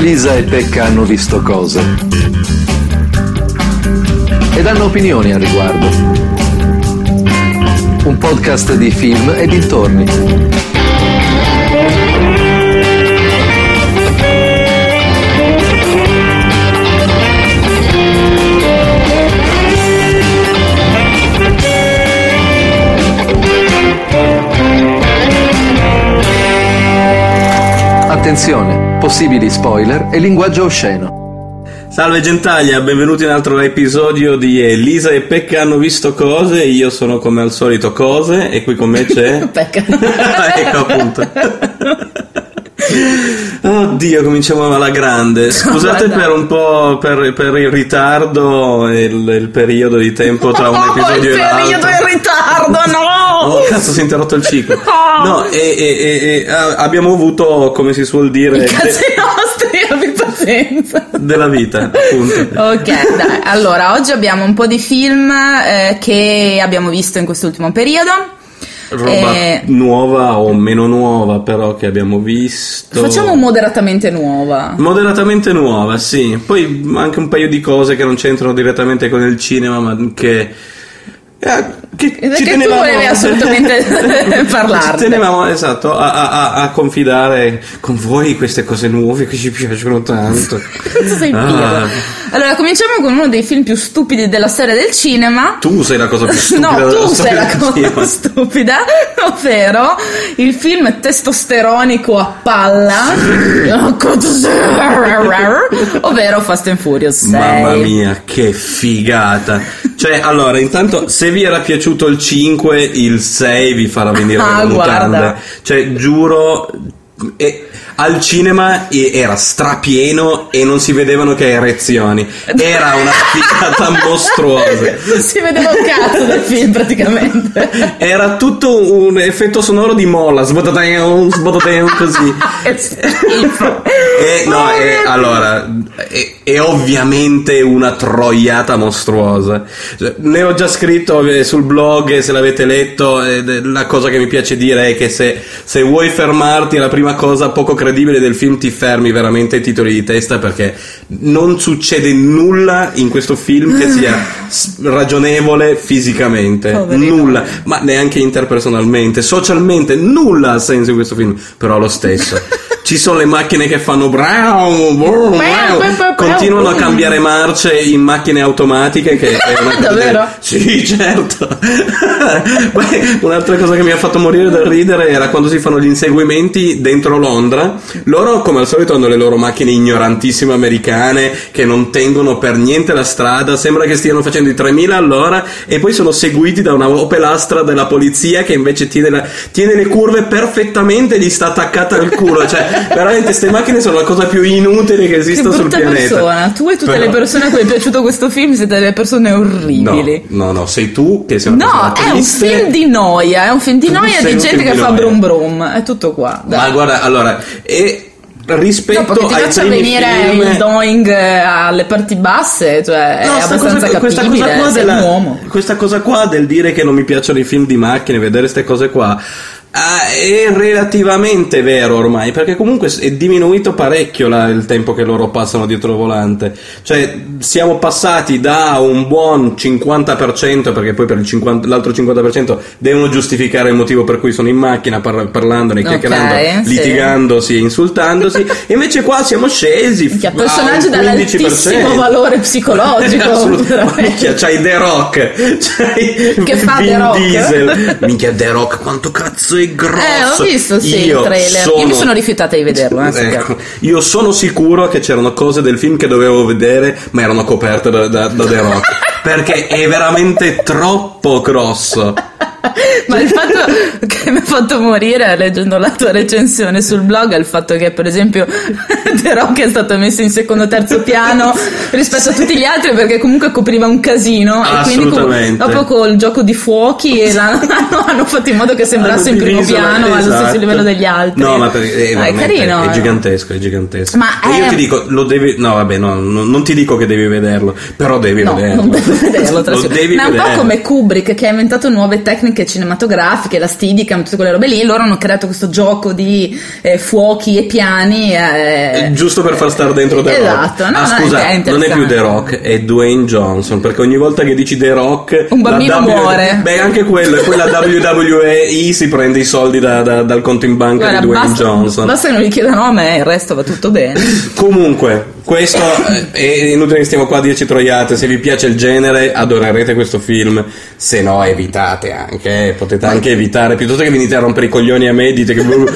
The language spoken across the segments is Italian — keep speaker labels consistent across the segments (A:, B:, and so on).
A: Lisa e Pecca hanno visto cose. Ed hanno opinioni al riguardo. Un podcast di film e dintorni. Attenzione, possibili spoiler e linguaggio osceno.
B: Salve gentaglia, benvenuti in un altro episodio di Elisa e Pecca hanno visto cose, io sono come al solito cose e qui con me c'è...
C: Pecca.
B: ecco appunto. Oddio, cominciamo alla grande. Scusate
C: Guarda.
B: per un po' per, per il ritardo e il, il periodo di tempo tra un episodio e
C: Oh, il
B: l'altro.
C: periodo in ritardo, no!
B: Oh, cazzo, si è interrotto il ciclo.
C: No.
B: No, e, e- e- e, ah, abbiamo avuto, come si suol dire,
C: Cazzi
B: de-
C: nostri, abbi pazienza.
B: della vita,
C: Oh,
B: appunto.
C: Ok, dai, allora oggi abbiamo un po' di film eh, che abbiamo visto in quest'ultimo periodo.
B: Roba
C: Eh,
B: nuova o meno nuova, però che abbiamo visto.
C: facciamo moderatamente nuova.
B: Moderatamente nuova, sì. Poi anche un paio di cose che non c'entrano direttamente con il cinema, ma che. eh, Che,
C: Che
B: ci
C: tu
B: tenevamo-
C: volevi assolutamente parlarne.
B: Ci tenevamo esatto a, a- a- a confidare con voi queste cose nuove che ci piacciono tanto.
C: Cazzo sei
B: Ah.
C: piro. Allora, cominciamo con uno dei film più stupidi della storia del cinema.
B: Tu sei la cosa più stupida
C: No,
B: della
C: tu sei
B: storia
C: la
B: del
C: cosa
B: cinema.
C: stupida, ovvero il film testosteronico a palla, ovvero Fast and Furious 6.
B: Mamma mia, che figata! Cioè, allora, intanto, se vi era piaciuto il 5, il 6 vi farà venire
C: Ah,
B: le mutande.
C: guarda.
B: Cioè, giuro. e- al cinema e- era strapieno e non si vedevano che erezioni. Era una figata mostruosa.
C: Non si vedeva un cazzo del film praticamente.
B: Era tutto un effetto sonoro di molla, sbotadeum, sbotadeum, così.
C: Che schifo.
B: E Eh, no,
C: Mamma
B: è,
C: mia.
B: allora, è, è ovviamente una troiata mostruosa. Cioè, Ne ho già scritto eh, sul blog, eh, se l'avete letto, ed è la cosa che mi piace dire è che se, se vuoi fermarti alla prima cosa poco credibile del film, ti fermi veramente ai titoli di testa perché non succede nulla in questo film che sia s- ragionevole fisicamente.
C: Poverino.
B: Nulla, ma neanche interpersonalmente, socialmente, nulla ha senso in questo film, però lo stesso. Ci sono le macchine che fanno bravo, bravo, bravo, continuano a cambiare marce in macchine automatiche che è una cosa
C: Davvero?
B: del- Sì, certo. Poi, Un'altra cosa che mi ha fatto morire dal ridere era quando si fanno gli inseguimenti dentro Londra. Loro come al solito hanno le loro macchine ignorantissime americane che non tengono per niente la strada, sembra che stiano facendo i 3000 all'ora e poi sono seguiti da una opelastra della polizia che invece tiene, la- tiene le curve perfettamente e gli sta attaccata al culo. Cioè, veramente queste macchine sono la cosa più inutile che
C: Che
B: esista sul
C: brutta
B: pianeta.
C: persona. Tu e tutte
B: Però-
C: le persone a cui è piaciuto questo film siete delle persone orribili.
B: No, no, no, sei tu che sei una
C: No,
B: persona
C: è un
B: triste.
C: film di noia, è un film di
B: Tu
C: noia
B: sei
C: di
B: un
C: gente
B: film
C: che
B: di
C: fa
B: noia.
C: brum brum, è tutto qua. dai.
B: Ma guarda, allora, e rispetto
C: Dopo che ti
B: ai
C: faccia
B: primi
C: venire
B: film...
C: il doing eh, alle parti basse, cioè
B: No,
C: è
B: sta
C: abbastanza
B: cosa- questa
C: capibile, eh,
B: cosa qua
C: sei
B: della-
C: un uomo.
B: Questa cosa qua del dire che non mi piacciono i film di macchine, vedere queste cose qua. ah, è relativamente vero ormai, perché comunque è diminuito parecchio la- il tempo che loro passano dietro il volante. Cioè, siamo passati da un buon 50%, perché poi per il 50 l'altro 50% devono giustificare il motivo per cui sono in macchina, parla- parlandone,
C: Ok,
B: chiacchierando,
C: sì.
B: litigandosi, insultandosi. e invece qua siamo scesi
C: Minchia,
B: a un
C: personaggio
B: 15%.
C: dall'altissimo valore
B: Eh,
C: psicologico,
B: assolut-
C: veramente.
B: Minchia, c'hai The Rock. C'hai
C: Che fa
B: Vin
C: The Rock?
B: Diesel. Minchia, The Rock, quanto cazzo è grosso.
C: Eh, ho visto, sì, il trailer. Io mi sono rifiutata di vederlo, eh, sappiamo.
B: Ecco, io sono sicuro che c'erano cose del film che dovevo vedere, ma erano coperte da, da- da The Rock. perché è veramente troppo grosso.
C: Ma il fatto che mi ha fatto morire leggendo la tua recensione sul blog è il fatto che, per esempio, The Rock è stato messo in secondo o terzo piano rispetto a tutti gli altri perché comunque copriva un casino. E quindi
B: Assolutamente.
C: dopo col gioco di fuochi e la- hanno, hanno fatto in modo che sembrasse in primo
B: Diviso,
C: piano allo
B: esatto.
C: stesso livello degli altri.
B: No, ma perché è,
C: Ah, è
B: veramente-
C: carino.
B: è
C: eh.
B: gigantesco, è gigantesco.
C: Ma
B: E io
C: è-
B: ti dico, lo devi No, vabbè, no, no, non ti dico che devi vederlo, però devi
C: No,
B: vederlo.
C: non devo vederlo. tra
B: Lo
C: l'altro.
B: devi
C: ma è un po'
B: vedere.
C: come Kubrick che ha inventato nuove anche cinematografiche, la Steadicam, tutte quelle robe lì, loro hanno creato questo gioco di eh, fuochi e piani. eh,
B: Giusto per far stare dentro The
C: Esatto,
B: Rock.
C: no,
B: ah,
C: no,
B: scusa,
C: è interessante.
B: non è più The Rock, è Dwayne Johnson. Perché ogni volta che dici The Rock,
C: Un
B: la
C: bambino muore.
B: Beh, anche quello. E poi la WWE si prende i soldi da- da- dal conto in banca
C: guarda,
B: di Dwayne
C: basta,
B: Johnson.
C: basta che non gli chiedano a me, il resto va tutto bene.
B: Comunque, questo eh, è inutile che stiamo qua a dirci troiate. Se vi piace il genere, adorerete questo film. Se no, evitate anche. eh, Potete anche evitare. Piuttosto che venite a rompere i coglioni a me e dite che. Uh,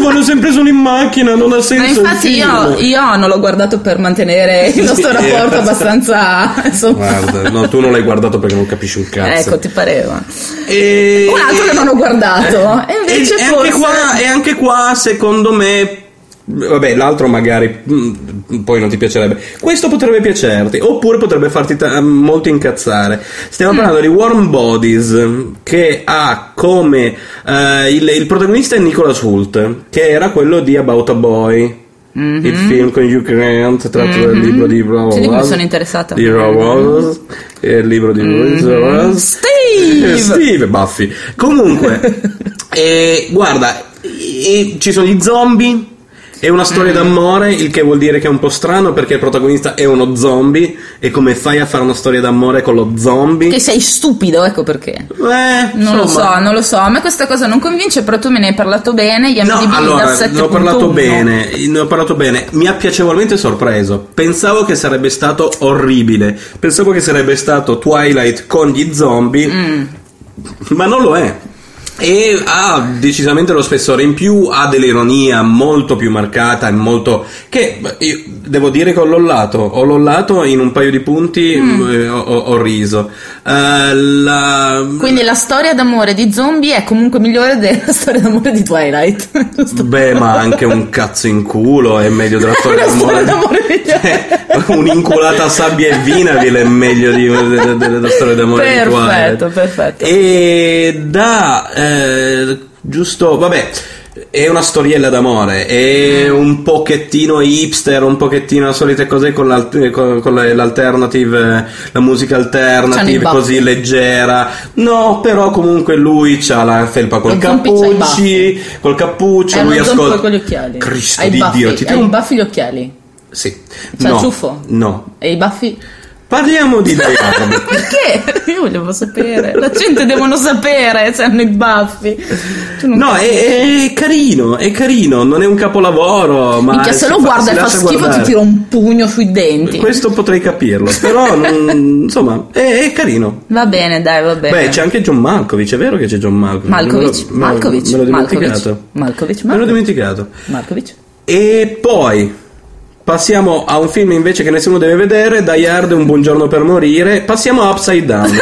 B: vanno sempre solo in macchina, non ha senso.
C: Ma
B: il
C: infatti
B: film."
C: io, io non l'ho guardato per mantenere il nostro
B: Sì,
C: rapporto
B: eh,
C: abbastanza... insomma.
B: Guarda, no, tu non l'hai guardato perché non capisci un cazzo.
C: Ecco, ti pareva.
B: E... Eh,
C: Un altro che non ho guardato. E invece
B: e
C: forse-
B: anche qua, e anche qua, secondo me. Vabbè, l'altro magari mm, poi non ti piacerebbe. Questo potrebbe piacerti, oppure potrebbe farti ta- mm, molto incazzare.
C: Mm.
B: Stiamo parlando di Warm Bodies, che ha come eh, il, il protagonista è Nicholas Hult, che era quello di About a Boy. Il film con Hugh Grant tratto dal libro di Rob
C: Mm-hmm. Sì, di cui mi
B: Howard,
C: sono interessata. Mm-hmm.
B: Di Rob Howard, e il libro di Louise Howard.
C: Steve!
B: Eh, Steve Buffy. Comunque, eh, guarda, eh, ci sono gli zombie. È una
C: Mm.
B: storia d'amore, il che vuol dire che è un po' strano perché il protagonista è uno zombie. E come fai a fare una storia d'amore con lo zombie?
C: Che sei stupido, ecco perché.
B: Eh,
C: Non lo
B: insomma.
C: so, non lo so. A me questa cosa non convince, però tu me ne hai parlato bene. Gli
B: No,
C: MDB da
B: allora,
C: 7.1.
B: ne ho parlato bene, ne ho parlato bene, mi ha piacevolmente sorpreso. Pensavo che sarebbe stato orribile, pensavo che sarebbe stato Twilight con gli zombie,
C: Mm.
B: ma non lo è. E ha decisamente lo spessore in più, ha dell'ironia molto più marcata e molto. che beh, io devo dire che ho lollato. Ho lollato in un paio di punti, eh, ho, ho- ho riso. Eh, la-
C: Quindi la storia d'amore di zombie è comunque migliore della storia d'amore di Twilight. Eh, giusto?
B: Beh, ma anche un cazzo in culo è meglio della storia
C: Una storia
B: d'amore.
C: d'amore migliore.
B: Cioè, Un'inculata a sabbia e vinavil è meglio di, de- de- della storia d'amore di
C: Perfetto,
B: Twilight.
C: perfetto.
B: E da eh, giusto, vabbè. È una storiella d'amore,
C: Mm.
B: è un pochettino hipster, un pochettino le solite cose con, l'alt- con- con le- l'alternative, eh, la musica
C: C'hanno i
B: alternative,
C: baffi.
B: così leggera. No, però comunque lui c'ha la felpa col
C: Lo zombie c'ha i
B: cappucci, col cappuccio,
C: È
B: Cioè, lui
C: uno zombie
B: ascolta...
C: con gli occhiali.
B: Cristo
C: Ha i
B: di
C: baffi,
B: Dio, ti
C: ha
B: do
C: i
B: un
C: baffi gli occhiali.
B: sì.
C: Cioè, ciuffo?
B: No.
C: E i baffi?
B: Parliamo di Diablo.
C: Perché? Io volevo sapere. La gente devono sapere se hanno i baffi. Tu non
B: No, è, è carino, è carino, non è un capolavoro, ma
C: Minchia, se
B: si
C: lo
B: fa-
C: guarda
B: si
C: e fa
B: lascia
C: schifo,
B: guardare.
C: ti tiro un pugno sui denti.
B: Questo potrei capirlo, però non- insomma, è, è carino.
C: Va bene, dai, va bene.
B: Beh, c'è anche John Malkovich, è vero che c'è John Malkovich? Me
C: Malkovich,
B: lo- me lo-
C: Malkovich,
B: me l'ho
C: Malkovich,
B: dimenticato.
C: Malkovich,
B: Me l'ho
C: Malkovich.
B: dimenticato.
C: Markovic.
B: E poi passiamo a un film invece che nessuno deve vedere, Die Hard, Un buongiorno per morire, passiamo a Upside Down.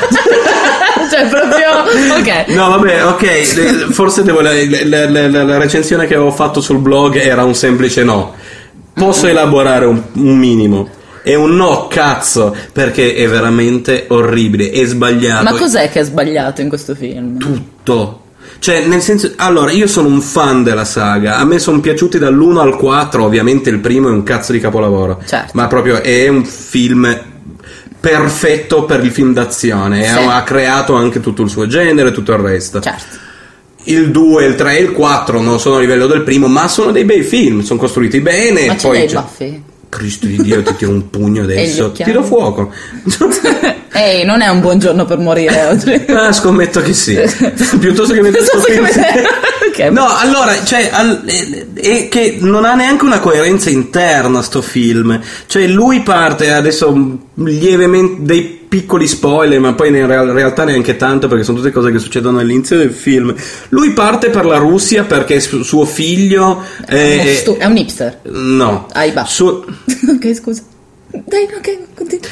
C: cioè, proprio. Ok.
B: No, vabbè, ok. le- Forse devo- la, la- la- la- la recensione che avevo fatto sul blog era un semplice no.
C: Mm-hmm.
B: Posso elaborare un, un minimo. È un no, cazzo, perché è veramente orribile, è sbagliato.
C: Ma cos'è che è sbagliato in questo film?
B: tutto. Cioè, nel senso, allora, io sono un fan della saga, a me sono piaciuti dall'1 al 4, ovviamente il primo è un cazzo di capolavoro,
C: Certo.
B: ma proprio è un film perfetto per il film d'azione,
C: Sì.
B: e ha creato anche tutto il suo genere e tutto il resto.
C: Certo.
B: Il 2, il 3 e il 4 non sono a livello del primo, ma sono dei bei film, sono costruiti bene.
C: Ma
B: e
C: ce
B: poi
C: l'hai i
B: c'è-
C: baffi?
B: Cristo di Dio, ti tiro un pugno
C: gli
B: adesso.
C: occhiali?
B: Tiro fuoco.
C: Ehi, non è un buon giorno per morire oggi.
B: Ah, scommetto che sì. Piuttosto che mettere
C: Piuttosto
B: sto
C: che
B: film-
C: vedere. Ok.
B: No, allora, cioè, al- eh, eh, che non ha neanche una coerenza interna sto film. Cioè, lui parte adesso mh, lievemente dei piccoli spoiler, ma poi in real- realtà neanche tanto perché sono tutte cose che succedono all'inizio del film. Lui parte per la Russia perché su- suo figlio
C: È uno
B: eh,
C: stu- è un hipster.
B: no.
C: Ai baffi.
B: Suo-
C: ok, scusa. Dai, ok, continua.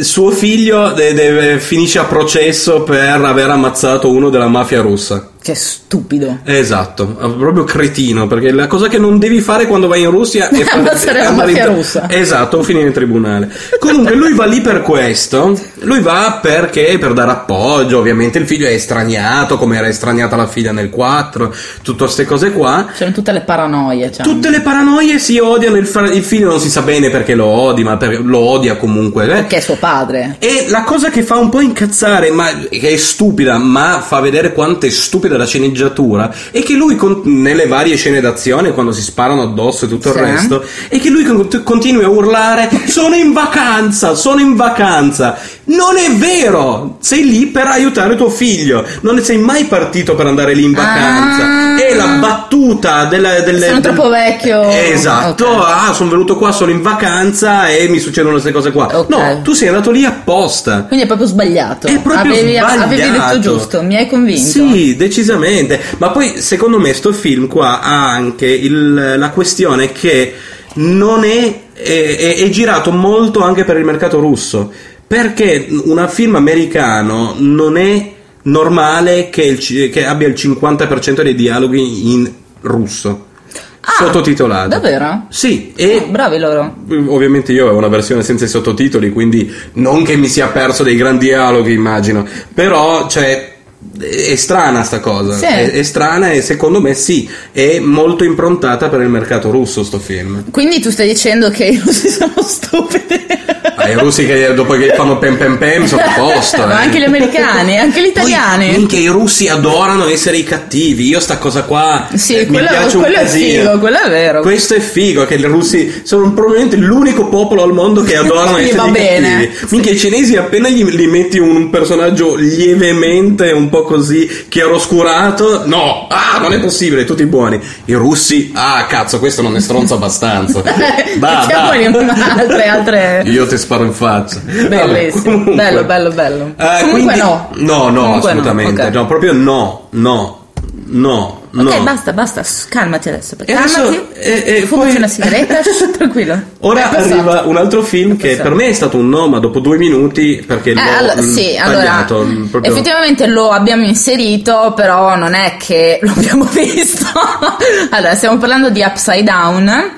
B: suo figlio de- deve- finisce a processo per aver ammazzato uno della mafia russa.
C: Che stupido.
B: Esatto, proprio cretino, perché la cosa che non devi fare quando vai in Russia è fare-
C: Ammazzare la
B: andare in-
C: mafia russa.
B: Esatto, o finire in tribunale. Comunque lui va lì per questo, lui va perché per dare appoggio, ovviamente il figlio è estraniato, come era estraniata la figlia nel 4, tutte queste cose qua.
C: C'erano tutte le paranoie. Cioè.
B: Tutte le paranoie si odiano, il, fra- il figlio non si sa bene perché lo odi, ma per- lo odia comunque. eh.
C: Perché è suo padre.
B: E la cosa che fa un po' incazzare, ma che è stupida, ma fa vedere quanto è stupida la sceneggiatura, è che lui con- nelle varie scene d'azione, quando si sparano addosso e tutto
C: Sì.
B: il resto, è che lui con- continui a urlare: Sono in vacanza, sono in vacanza. Non è vero! Sei lì per aiutare tuo figlio, non sei mai partito per andare lì in vacanza.
C: Ah.
B: È la battuta della- delle.
C: Sono troppo vecchio.
B: Esatto,
C: Ok.
B: ah, sono venuto qua, sono in vacanza e mi succedono queste cose qua.
C: Ok.
B: No, tu sei andato lì apposta.
C: Quindi è proprio sbagliato.
B: È proprio
C: Certo. avevi,
B: sbagliato.
C: avevi detto giusto, mi hai convinto.
B: Sì, decisamente. Ma poi, secondo me, sto film qua ha anche il- la questione che non è, è- è- è girato molto anche per il mercato russo. Perché un film americano non è normale che, il ci- che abbia il 50% dei dialoghi in russo.
C: Ah,
B: sottotitolato.
C: Davvero?
B: Sì, e
C: Oh, bravi loro.
B: Ovviamente io ho una versione senza i sottotitoli, quindi non che mi sia perso dei grandi dialoghi, immagino. Però, cioè, è strana sta cosa.
C: Sì.
B: È, è strana e secondo me sì, è molto improntata per il mercato russo sto film.
C: Quindi tu stai dicendo che i russi sono stupidi.
B: Ah, I russi che dopo che fanno pem pem pem sono a posto. eh.
C: Ma anche gli americani, anche gli italiani.
B: Poi, minchia, i russi adorano essere i cattivi. Io sta cosa qua
C: sì,
B: eh, mi
C: quello,
B: piace un
C: quello è
B: casino.
C: figo, quello è vero.
B: Questo è figo, che i russi sono probabilmente l'unico popolo al mondo che adorano
C: Gli
B: essere
C: va
B: i
C: bene.
B: cattivi. Minchia, i cinesi appena gli, gli metti un, un personaggio lievemente un po' così chiaroscurato, no, ah, non è possibile, tutti buoni. I russi, ah, cazzo, questo non è stronzo abbastanza. Bah, bah.
C: Mettiamoli in altre, altre...
B: Io ti sparo in faccia.
C: Bellissimo.
B: Vabbè, comunque.
C: Bello, bello, bello.
B: Eh,
C: Comunque
B: quindi-
C: no.
B: No, no,
C: Comunque no,
B: assolutamente.
C: ok.
B: No, proprio no, no, no,
C: Ok,
B: no.
C: Eh, basta, basta, s- calmati adesso.
B: E
C: Calmati.
B: adesso, eh, eh,
C: Fumati
B: poi-
C: una sigaretta, shh, tranquillo.
B: Ora
C: È passato.
B: arriva un altro film che
C: Eh, passato.
B: per me è stato un no, ma dopo due minuti perché l'ho
C: Eh, allora,
B: mh,
C: sì, allora,
B: tagliato. mh, proprio-
C: effettivamente lo abbiamo inserito, però non è che lo abbiamo visto. allora, stiamo parlando di Upside Down,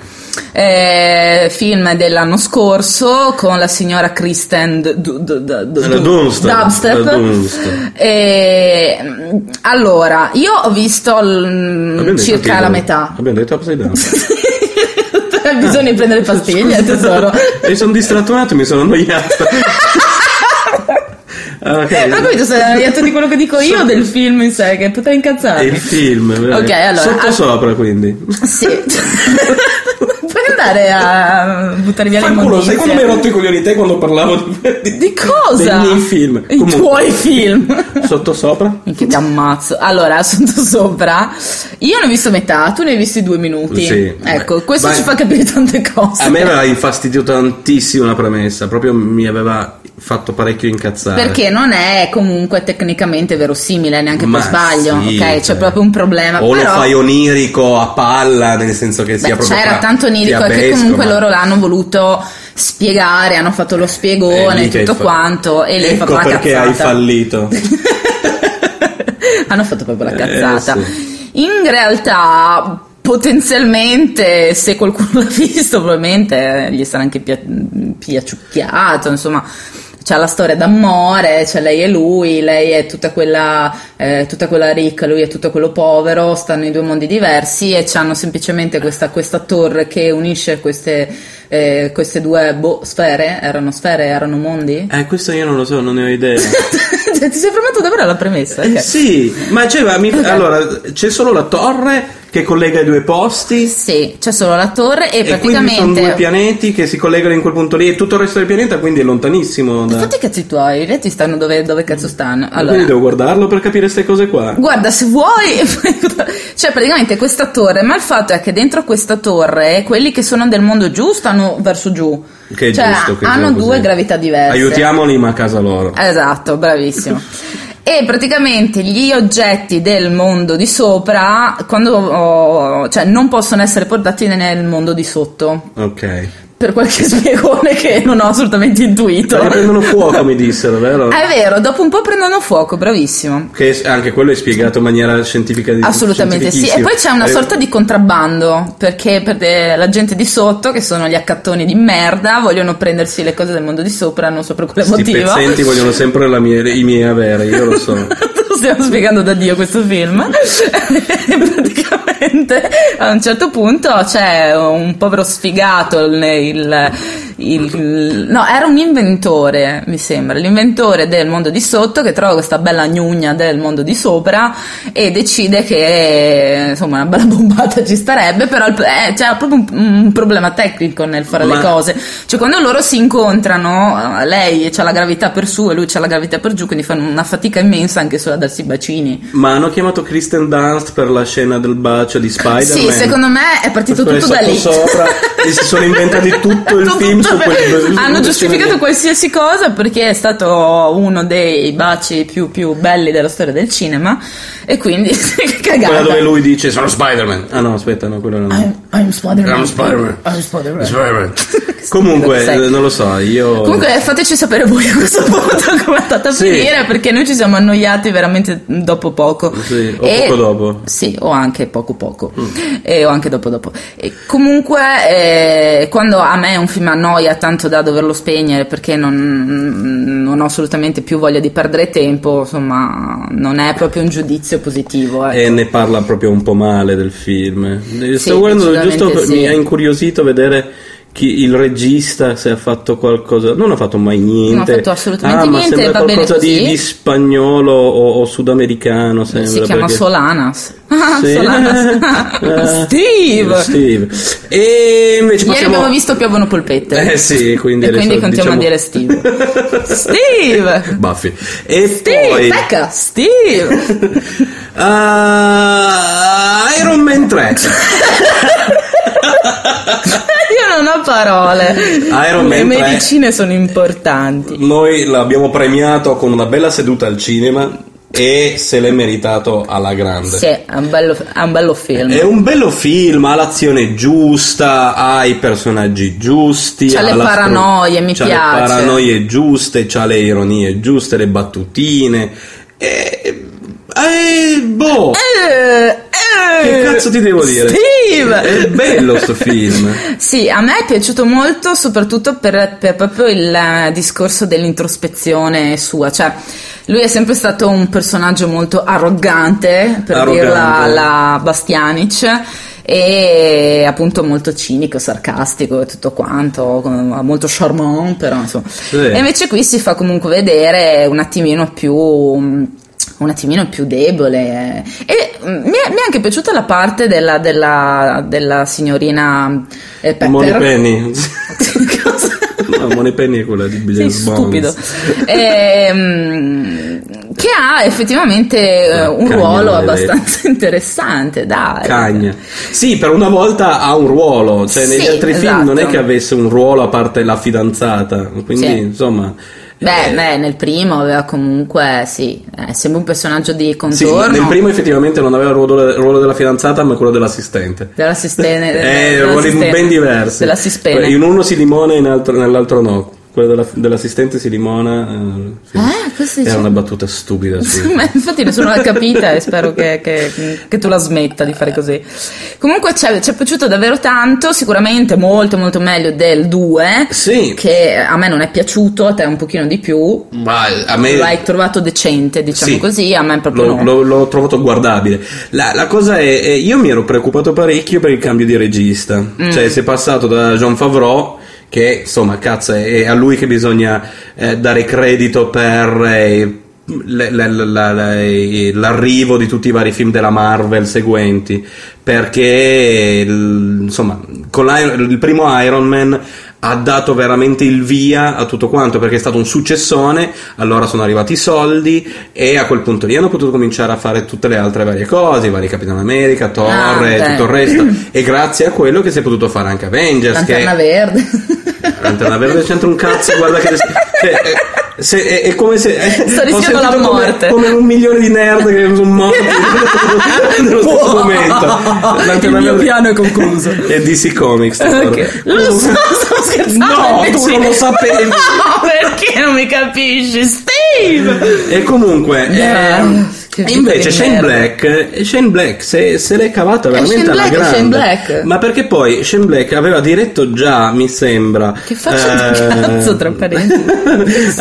C: eh, film dell'anno scorso con la signora Kristen D- D- D- D-
B: La Dunst,
C: Dubstep.
B: la Dunst.
C: Eh, mh, allora, io ho visto l-
B: Abbiamo detto
C: circa
B: che-
C: la metà.
B: Abbiamo detto upside down.
C: Bisogna prendere pastiglie, tesoro.
B: Mi sono distratto un attimo, mi sono annoiato. Ah, ok.
C: Ma capito, sei annoiato di quello che dico io o del film in sé, che potrei
B: È
C: incazzare.
B: il film.
C: Ok, allora,
B: Sotto
C: ah-
B: sopra, quindi.
C: Sì. Puoi andare a buttare via le
B: Fanculo,
C: immondizie
B: sai quando mi hai rotto i coglioni te quando parlavo di,
C: Di cosa?
B: Dei miei film.
C: I
B: Comunque.
C: tuoi film.
B: Sotto sopra?
C: Minchia, ti ammazzo. Allora, sotto sopra. Io ne ho visto metà, tu ne hai visti due minuti.
B: Sì.
C: ecco,
B: Beh,
C: questo
B: vai.
C: ci fa capire tante cose.
B: A me aveva infastidito tantissimo la premessa, proprio mi aveva fatto parecchio incazzare.
C: Perché non è comunque tecnicamente verosimile, neanche
B: Ma
C: per sbaglio,
B: sì,
C: ok?
B: cioè.
C: C'è proprio un problema.
B: O
C: però...
B: lo fai onirico a palla, nel senso che sia
C: Beh,
B: proprio.
C: c'era
B: fra-
C: tanto onirico e che
B: fiabesco,
C: comunque
B: ma-
C: loro l'hanno voluto spiegare, hanno fatto lo
B: Eh,
C: spiegone
B: lì
C: e
B: che hai
C: tutto
B: fa-
C: quanto e lì hai fatto
B: Ecco
C: la
B: perché
C: cazzata.
B: hai fallito.
C: hanno fatto proprio la
B: Eh,
C: cazzata.
B: sì.
C: In realtà potenzialmente se qualcuno l'ha visto probabilmente eh, gli sarà anche pia- piaciucchiato, insomma. C'ha la storia d'amore, c'è lei e lui, lei è tutta quella, eh, tutta quella ricca, lui è tutto quello povero, stanno in due mondi diversi e hanno semplicemente questa, questa torre che unisce queste, eh, queste due boh, sfere, erano sfere, erano mondi?
B: Eh, questo io non lo so, non ne ho idea.
C: Cioè, Ti sei fermato davvero alla premessa?
B: Eh,
C: ok.
B: sì, ma cioè, ma mi-
C: Ok.
B: allora c'è solo la torre che collega i due posti.
C: Sì, c'è solo la torre e,
B: E quindi sono due
C: praticamente.
B: pianeti che si collegano in quel punto lì e tutto il resto del pianeta quindi è lontanissimo. da-
C: Fatti i cazzi tuoi, i retti stanno dove, dove cazzo stanno.
B: Quindi
C: Allora,
B: devo guardarlo per capire queste cose qua.
C: guarda, se vuoi. cioè, praticamente questa torre, ma il fatto è che dentro questa torre, quelli che sono del mondo giù stanno verso giù.
B: Che è
C: cioè,
B: giusto. che
C: hanno
B: sia così.
C: due gravità diverse.
B: Aiutiamoli ma a casa loro.
C: Esatto, bravissimo. E praticamente gli oggetti del mondo di sopra, quando, oh, cioè, non possono essere portati nel mondo di sotto.
B: Ok.
C: per qualche spiegone che non ho assolutamente intuito.
B: Perché prendono fuoco, mi dissero, vero?
C: È vero, dopo un po' prendono fuoco, bravissimo.
B: Che anche quello è spiegato in maniera scientifica di Eh,
C: Assolutamente sì. E poi c'è una sorta di contrabbando, perché per de- la gente di sotto, che sono gli accattoni di merda, vogliono prendersi le cose del mondo di sopra, non so per quale
B: Questi
C: motivo.
B: pezzenti vogliono sempre la mie- i miei avere, io lo so.
C: Stiamo spiegando da Dio questo film. E Praticamente a un certo punto c'è un povero sfigato. il- il- il- no, era un inventore, mi sembra. L'inventore del mondo di sotto che trova questa bella gnugna del mondo di sopra e decide che insomma una bella bombata ci starebbe. Però il- eh, c'è proprio un, un problema tecnico nel fare le
B: Ma-
C: cose. Cioè, quando loro si incontrano, eh, lei c'ha la gravità per su e lui c'ha la gravità per giù, quindi fanno una fatica immensa anche solo a darsi i bacini.
B: Ma hanno chiamato Kristen Dunst per la scena del bacio di Spider-Man.
C: Sì, secondo me è partito
B: Questo
C: tutto da
B: è
C: lì.
B: sotto sopra e si sono inventati tutto il film su quel-
C: Hanno
B: su
C: giustificato
B: quel-
C: qualsiasi cosa perché è stato uno dei baci più, più belli della storia del cinema e quindi che
B: Quella dove
C: cagata.
B: lui dice sono Spider-Man. Ah no, aspetta, no, quello non è.
C: I'm, I'm Spider-Man.
B: I'm Spider-Man.
C: I'm Spider-Man.
B: Spider-Man.
C: Che
B: Comunque,
C: sei.
B: eh, non lo so, io...
C: Comunque fateci sapere voi a questo punto come è andata a
B: Sì.
C: finire perché noi ci siamo annoiati veramente dopo poco.
B: Sì, o poco dopo. Mm.
C: Sì, o anche poco poco. E, o anche dopo dopo. E comunque eh, quando a me un film annoia tanto da doverlo spegnere perché non, non ho assolutamente più voglia di perdere tempo, insomma non è proprio un giudizio positivo. ecco.
B: E eh, ne parla proprio un po' male del film. Eh,
C: Sì,
B: Sto guardando
C: decisamente
B: giusto, per-
C: sì.
B: mi ha incuriosito vedere chi, il regista se ha fatto qualcosa. Non ha fatto mai niente.
C: Non ha fatto assolutamente
B: ah, ma
C: niente,
B: sembra
C: va bene
B: qualcosa di,
C: così.
B: di spagnolo o, o sudamericano. Eh, Sembra,
C: si chiama
B: perché-
C: Solanas. Ah,
B: Sì.
C: Solanas.
B: Eh,
C: Steve.
B: Steve. E invece
C: Ieri
B: passiamo-
C: abbiamo visto piovono polpette.
B: Eh sì, quindi
C: e
B: le
C: quindi
B: so-
C: continuiamo
B: diciamo-
C: a dire Steve. Steve!
B: Buffy. E
C: Steve! ecco,
B: poi
C: Pecca! Steve!
B: Ah, Eh, Iron Man 3.
C: Io non ho parole.
B: Iron
C: Le
B: Man tre.
C: medicine sono importanti.
B: Noi l'abbiamo premiato con una bella seduta al cinema e se l'è meritato alla grande.
C: Sì, è un bello, è un bello film.
B: È un bello film, ha l'azione giusta, ha i personaggi giusti,
C: C'ha
B: ha
C: le
B: la
C: paranoie, mi
B: c'ha le
C: piace.
B: paranoie giuste, c'ha le ironie giuste, le battutine. E, e- boh,
C: Eh,
B: che
C: eh,
B: cazzo ti devo dire?
C: Steve!
B: È bello sto film.
C: Sì, a me è piaciuto molto soprattutto per, per proprio il eh, discorso dell'introspezione sua, cioè lui è sempre stato un personaggio molto arrogante, per
B: Arrogante.
C: dirla alla Bastianic, e appunto molto cinico, sarcastico e tutto quanto, con- molto charmant però insomma. E invece qui si fa comunque vedere un attimino più un attimino più debole e mm, mi è, mi è anche piaciuta la parte della, della- della signorina eh, Pepper
B: Money Penny.
C: Cosa?
B: No, Money Penny è quella di Bill
C: Sei stupido Ehm, che ha effettivamente eh, un
B: Cagna
C: ruolo
B: maledetta.
C: abbastanza interessante dai
B: Cagna. Sì, per una volta ha un ruolo, cioè negli
C: Sì,
B: altri film non è
C: esatto.
B: che avesse un ruolo a parte la fidanzata, quindi
C: Sì.
B: insomma...
C: Beh,
B: eh,
C: beh, nel primo aveva comunque, sì, eh, sembra un personaggio di
B: Sì,
C: contorno.
B: nel primo effettivamente non aveva il ruolo, il ruolo della fidanzata, ma quello dell'assistente.
C: Dell'assistente.
B: Eh,
C: della
B: ruoli
C: sistema-
B: ben diversi.
C: Della sistema.
B: In uno si limona, in altro- nell'altro no. Quello della- dell'assistente si limona. eh, sì.
C: Ah, questo
B: Era
C: dice-
B: una battuta stupida. Sì.
C: Ma Infatti nessuno l'ha capita e spero che, che- che tu la smetta di fare così. Comunque ci è ci è piaciuto davvero tanto, sicuramente molto molto meglio del 2,
B: Sì.
C: che a me non è piaciuto, a te un pochino di più.
B: Ma a me
C: L'hai trovato decente, diciamo
B: Sì.
C: così, a me proprio
B: L'ho,
C: no.
B: l'ho- l'ho trovato guardabile. La, la cosa è, è- io mi ero preoccupato parecchio per il cambio di regista.
C: Mm.
B: Cioè, si è passato da Jean Favreau, che insomma, cazzo, è, è a lui che bisogna eh, dare credito per. eh, le- le- la- la- la- l'arrivo di tutti i vari film della Marvel seguenti perché il- insomma con l'Iron- il primo Iron Man ha dato veramente il via a tutto quanto perché è stato un successone, allora sono arrivati i soldi e a quel punto lì hanno potuto cominciare a fare tutte le altre varie cose, i vari Capitano America, Torre,
C: Ah, beh.
B: tutto il resto e grazie a quello che si è potuto fare anche Avengers
C: Lanterna
B: che
C: verde.
B: Lanterna Verde c'entra un cazzo, guarda che cioè, è- se- è, è come se
C: Sto
B: ho
C: rischiando la
B: sentito come-
C: morte.
B: Come, un milione di nerd che sono morti nello stesso momento.
C: Il mio piano è concluso.
B: E DC Comics. tesoro.
C: Ok. Lo so, sto scherzando.
B: No, tu
C: invece-
B: non lo sapevi.
C: No, perché non mi capisci, Steve?
B: E comunque,
C: Eh,
B: eh,
C: che
B: invece
C: che
B: Shane
C: merda. Eh,
B: Black, Shane Black se, se l'è cavata veramente
C: Shane
B: alla
C: Black, è
B: grande.
C: Shane Black.
B: Ma perché poi Shane Black aveva diretto già, mi sembra. eh,
C: Che faccia di cazzo, tra parentesi.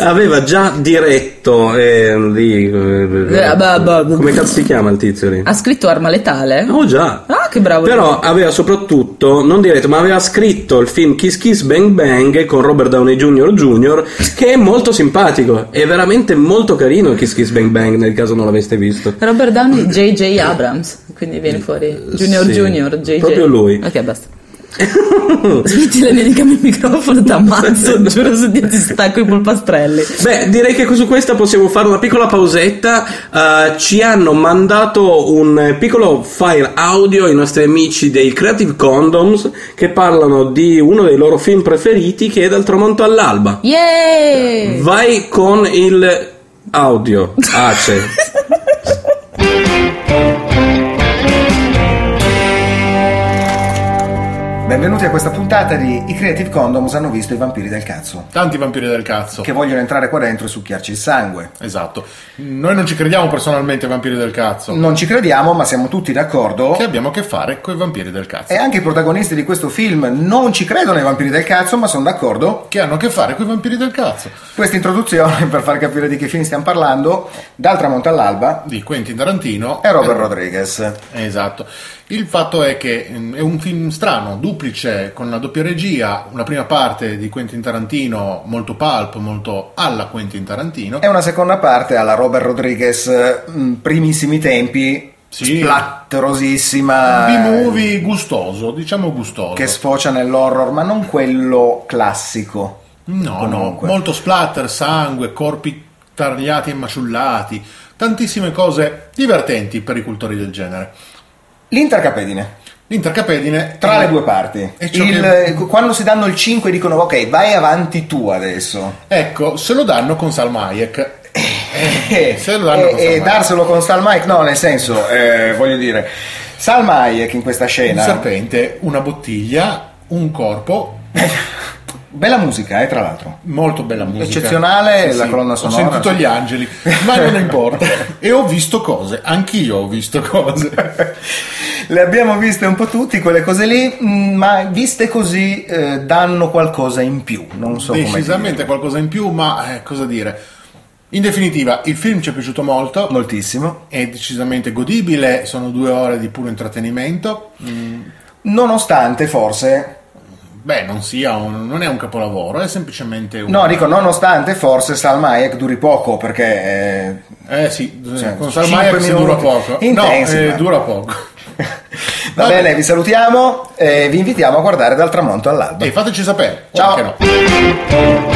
B: aveva già diretto. eh, lì, eh,
C: Eh, bah, bah, bah.
B: come cazzo si chiama il tizio lì?
C: Ha scritto Arma Letale?
B: Oh già.
C: Ah, che bravo.
B: Però aveva soprattutto, non diretto, ma aveva scritto il film Kiss Kiss Bang Bang con Robert Downey Jr. Jr. che è molto simpatico, è veramente molto carino Kiss Kiss Bang Bang nel caso non l'aveste visto.
C: Robert Downey, J.J. Abrams, quindi viene fuori Junior
B: Sì,
C: Junior, JJ.
B: proprio lui.
C: Ok, basta. Smettila di dedicarmi il microfono, t'ammazzo, giuro su Dio ti stacco i polpastrelli.
B: Beh, direi che su questa possiamo fare una piccola pausetta. Eh, ci hanno mandato un eh, piccolo file audio i nostri amici dei Creative Condoms che parlano di uno dei loro film preferiti che è Dal tramonto all'alba.
C: Yeeey!
B: Vai con il audio. Ah, Ace.
D: Benvenuti a questa puntata di I Creative Condoms hanno visto i vampiri del cazzo.
E: Tanti vampiri del cazzo.
D: Che vogliono entrare qua dentro e succhiarci il sangue.
E: Esatto. Noi non ci crediamo personalmente ai vampiri del cazzo.
D: Non ci crediamo, ma siamo tutti d'accordo.
E: Che abbiamo a che fare con i vampiri del cazzo.
D: E anche i protagonisti di questo film non ci credono ai vampiri del cazzo, ma sono d'accordo.
E: Che hanno a che fare con i vampiri del cazzo.
D: Questa introduzione, per far capire di che film stiamo parlando, dal tramonto all'alba,
E: Di Quentin Tarantino.
D: è Robert Rodriguez.
E: Esatto. Il fatto è che mm, è un film strano, duplice, con una doppia regia, una prima parte di Quentin Tarantino molto pulp, molto alla Quentin Tarantino.
D: È una seconda parte alla Robert Rodriguez, mh, primissimi tempi,
E: Sì.
D: splatterosissima.
E: B-movie gustoso, diciamo gustoso.
D: Che sfocia nell'horror, ma non quello classico.
E: No,
D: Comunque.
E: no, molto splatter, sangue, corpi tagliati e maciullati, tantissime cose divertenti per i cultori del genere.
D: L'intercapedine.
E: L'intercapedine
D: Tra le due parti.
E: E ciò
D: Il-
E: che-
D: Quando si danno il 5 dicono ok, vai avanti tu adesso.
E: Ecco, se lo danno con Salma Hayek. Eh, se lo danno
D: e
E: con
D: e
E: Salma Hayek.
D: darselo con Salma Hayek, no, nel senso, eh, voglio dire, Salma Hayek in questa
E: Un
D: scena...
E: serpente, una bottiglia, un corpo,
D: Bella musica, eh, tra l'altro.
E: molto bella musica.
D: Eccezionale la colonna sonora.
E: Ho sentito gli angeli, ma non importa. e ho visto cose, anch'io ho visto cose.
D: Le abbiamo viste un po' tutti quelle cose lì, mh, ma viste così eh, danno qualcosa in più, non so come dire.
E: Decisamente qualcosa in più, ma eh, cosa dire. In definitiva, il film ci è piaciuto molto.
D: Moltissimo.
E: è decisamente godibile, sono due ore di puro intrattenimento.
D: Nonostante forse
E: Beh, non, sia un- non è un capolavoro, è semplicemente un...
D: No, dico nonostante forse Salma Hayek duri poco perché eh,
E: Eh sì,
D: Cioè,
E: con Salma Hayek
D: cinque
E: si dura
D: minuti.
E: poco.
D: Intensi,
E: no, eh,
D: ma-
E: dura poco.
D: Va
E: Vabbè.
D: bene, vi salutiamo e vi invitiamo a guardare dal tramonto all'alba.
E: E fateci sapere. o
D: Ciao.
E: anche no.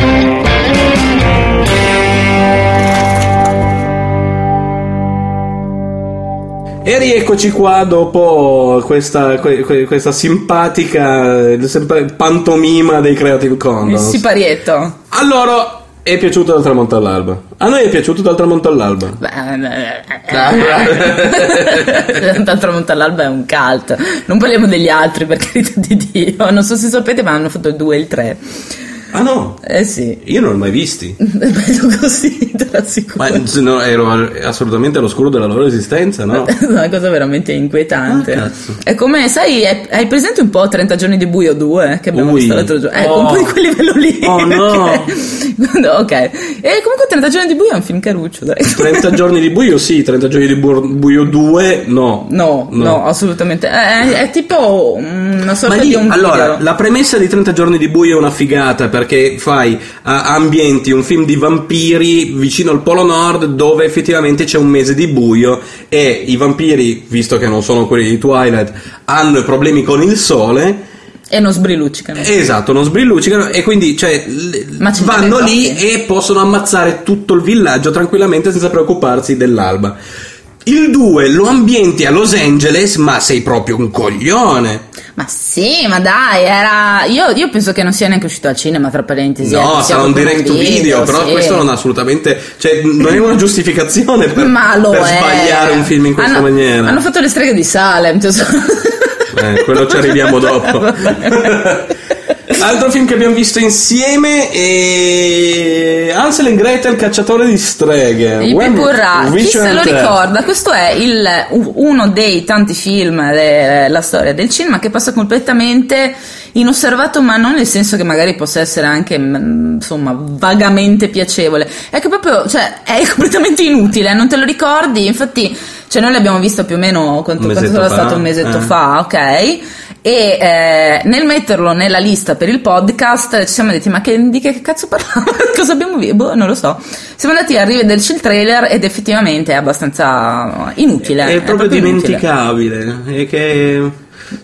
B: E rieccoci qua dopo questa, que- que- questa simpatica eh, sempre pantomima dei Creative
C: Il
B: Condoms.
C: siparietto.
B: allora, è piaciuto dal tramonto all'alba. A noi è piaciuto dal tramonto all'alba.
C: eh, Dal tramonto all'alba è un cult. Non parliamo degli altri, per carità di Dio. Non so se sapete, ma hanno fatto il 2 e il 3.
B: Ah no,
C: Eh sì,
B: io non l'ho mai visti.
C: è meglio così, te lo assicuro.
B: Ma z- no, ero al- assolutamente all'oscuro della loro esistenza, no?
C: È una cosa veramente inquietante.
B: Ah, cazzo.
C: è come, sai, è- hai presente un po' 30 giorni di buio 2 che abbiamo
B: Ui.
C: visto l'altro giorno? Ecco,
B: Oh.
C: un po' di quel livello lì.
B: Oh, no.
C: perché- Quando- ok. E comunque 30 giorni di buio è un film caruccio, dai.
B: 30 giorni di buio sì, 30 giorni di bu- buio 2 no.
C: No, no, assolutamente. È, è tipo una sorta
B: Ma lì,
C: di un
B: allora,
C: video.
B: la premessa di 30 giorni di buio è una figata perché fai a- ambienti un film di vampiri vicino al Polo Nord dove effettivamente c'è un mese di buio e i vampiri, visto che non sono quelli di Twilight, hanno i problemi con il sole.
C: E non sbriluccicano.
B: Esatto, non sbrilluccicano e quindi cioè, l-
C: Eh, Ma ci
B: vanno
C: sono i
B: lì
C: topi.
B: e possono ammazzare tutto il villaggio tranquillamente senza preoccuparsi dell'alba. Il 2 lo ambienti a Los Angeles, ma sei proprio un coglione.
C: Ma sì, ma dai, era. Io, io penso che non sia neanche uscito al cinema, tra parentesi. eh,
B: no,
C: era
B: sarà un
C: proprio
B: direct to video, però
C: sì.
B: questo non ha assolutamente. cioè, non è una giustificazione per,
C: Ma lo
B: per
C: è.
B: sbagliare un film in questa
C: Hanno-
B: maniera.
C: Hanno fatto le streghe di Salem. cioè, so-
B: Eh, quello ci arriviamo dopo. Altro film che abbiamo visto insieme è Hansel and Gretel, cacciatore di streghe.
C: Il
B: Wem-
C: Pipurra, chi
B: Richard eh,
C: se lo
B: Tell.
C: ricorda? Questo è il- u- uno dei tanti film della storia del cinema che passa completamente inosservato, ma non nel senso che magari possa essere anche mm, insomma vagamente piacevole. È che proprio cioè, è completamente inutile, non te lo ricordi? Infatti, cioè, noi l'abbiamo visto più o meno quanto,
B: Un
C: quanto
B: mesetto
C: sarà
B: fa,
C: stato un mesetto
B: eh.
C: fa, Ah, ok? E eh, nel metterlo nella lista per il podcast ci siamo detti: Ma che, di che cazzo parliamo? Cosa abbiamo visto? Boh, non lo so. Siamo andati a rivederci il trailer ed effettivamente è abbastanza inutile.
B: È, proprio,
C: inutile.
B: dimenticabile. È che.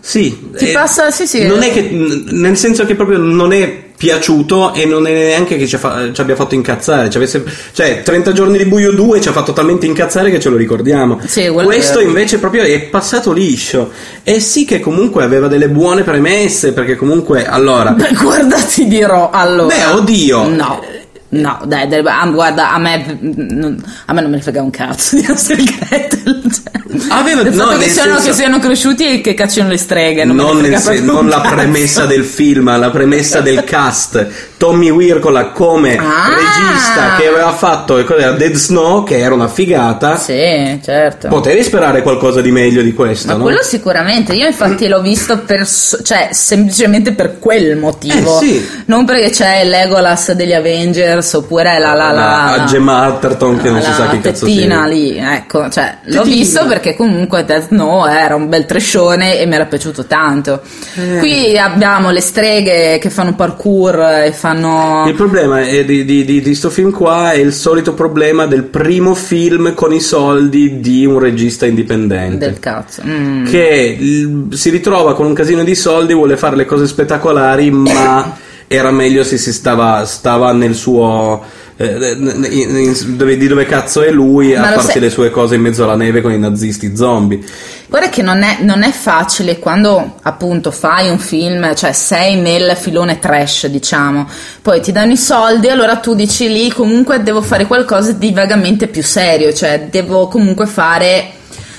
B: Sì.
C: Ti
B: è-
C: passa- sì, sì.
B: Non è che. n- Nel senso che proprio non è piaciuto e non è neanche che ci, ha fa- ci abbia fatto incazzare. Ci avesse- cioè, 30 giorni di buio 2 ci ha fatto talmente incazzare che ce lo ricordiamo.
C: Sì, quello
B: Questo
C: è vero.
B: invece proprio è passato liscio. E sì che comunque aveva delle buone premesse, perché comunque allora.
C: Beh, guarda, ti dirò allora.
B: Beh, oddio.
C: No. No, dai, dai, ah, guarda, a me, non, a me non me ne frega un cazzo di Hansel e Gretel. Cioè,
B: Aveva-
C: del
B: Ah, no,
C: fatto che,
B: nel
C: siano,
B: senso-
C: che siano cresciuti e che cacciano le streghe. Non, me ne
B: non,
C: frega
B: nel sen-
C: proprio un
B: non la
C: cazzo.
B: premessa del film, ma la premessa del cast. Tommy Wirkola come
C: Ah!
B: regista che aveva fatto e cos'era, Dead Snow, che era una figata.
C: Sì, certo.
B: Potevi sperare qualcosa di meglio di questo,
C: Ma
B: no?
C: quello sicuramente, io infatti l'ho visto per, s- cioè, semplicemente per quel motivo.
B: Eh, sì.
C: Non perché c'è Legolas degli Avengers oppure la la la la,
B: La Gemma Arterton che non si
C: la
B: sa chi cazzo
C: tettina
B: sia.
C: lì, ecco, cioè, l'ho
B: Tettina.
C: visto perché comunque Death No era un bel trescione e mi era piaciuto tanto.
B: Eh.
C: Qui abbiamo le streghe che fanno parkour e fanno
B: Il problema è di, di, di, di sto film qua è il solito problema del primo film con i soldi di un regista indipendente.
C: del cazzo. Mm.
B: che l- si ritrova con un casino di soldi, vuole fare le cose spettacolari, ma era meglio se si stava, stava nel suo. eh, n- in- in- dove- di dove cazzo è lui a
C: Ma lo
B: farsi
C: sai-
B: le sue cose in mezzo alla neve con i nazisti zombie.
C: Guarda che non è, non è facile quando appunto fai un film, cioè sei nel filone trash, diciamo, poi ti danno i soldi, allora tu dici lì comunque devo fare qualcosa di vagamente più serio, cioè devo comunque fare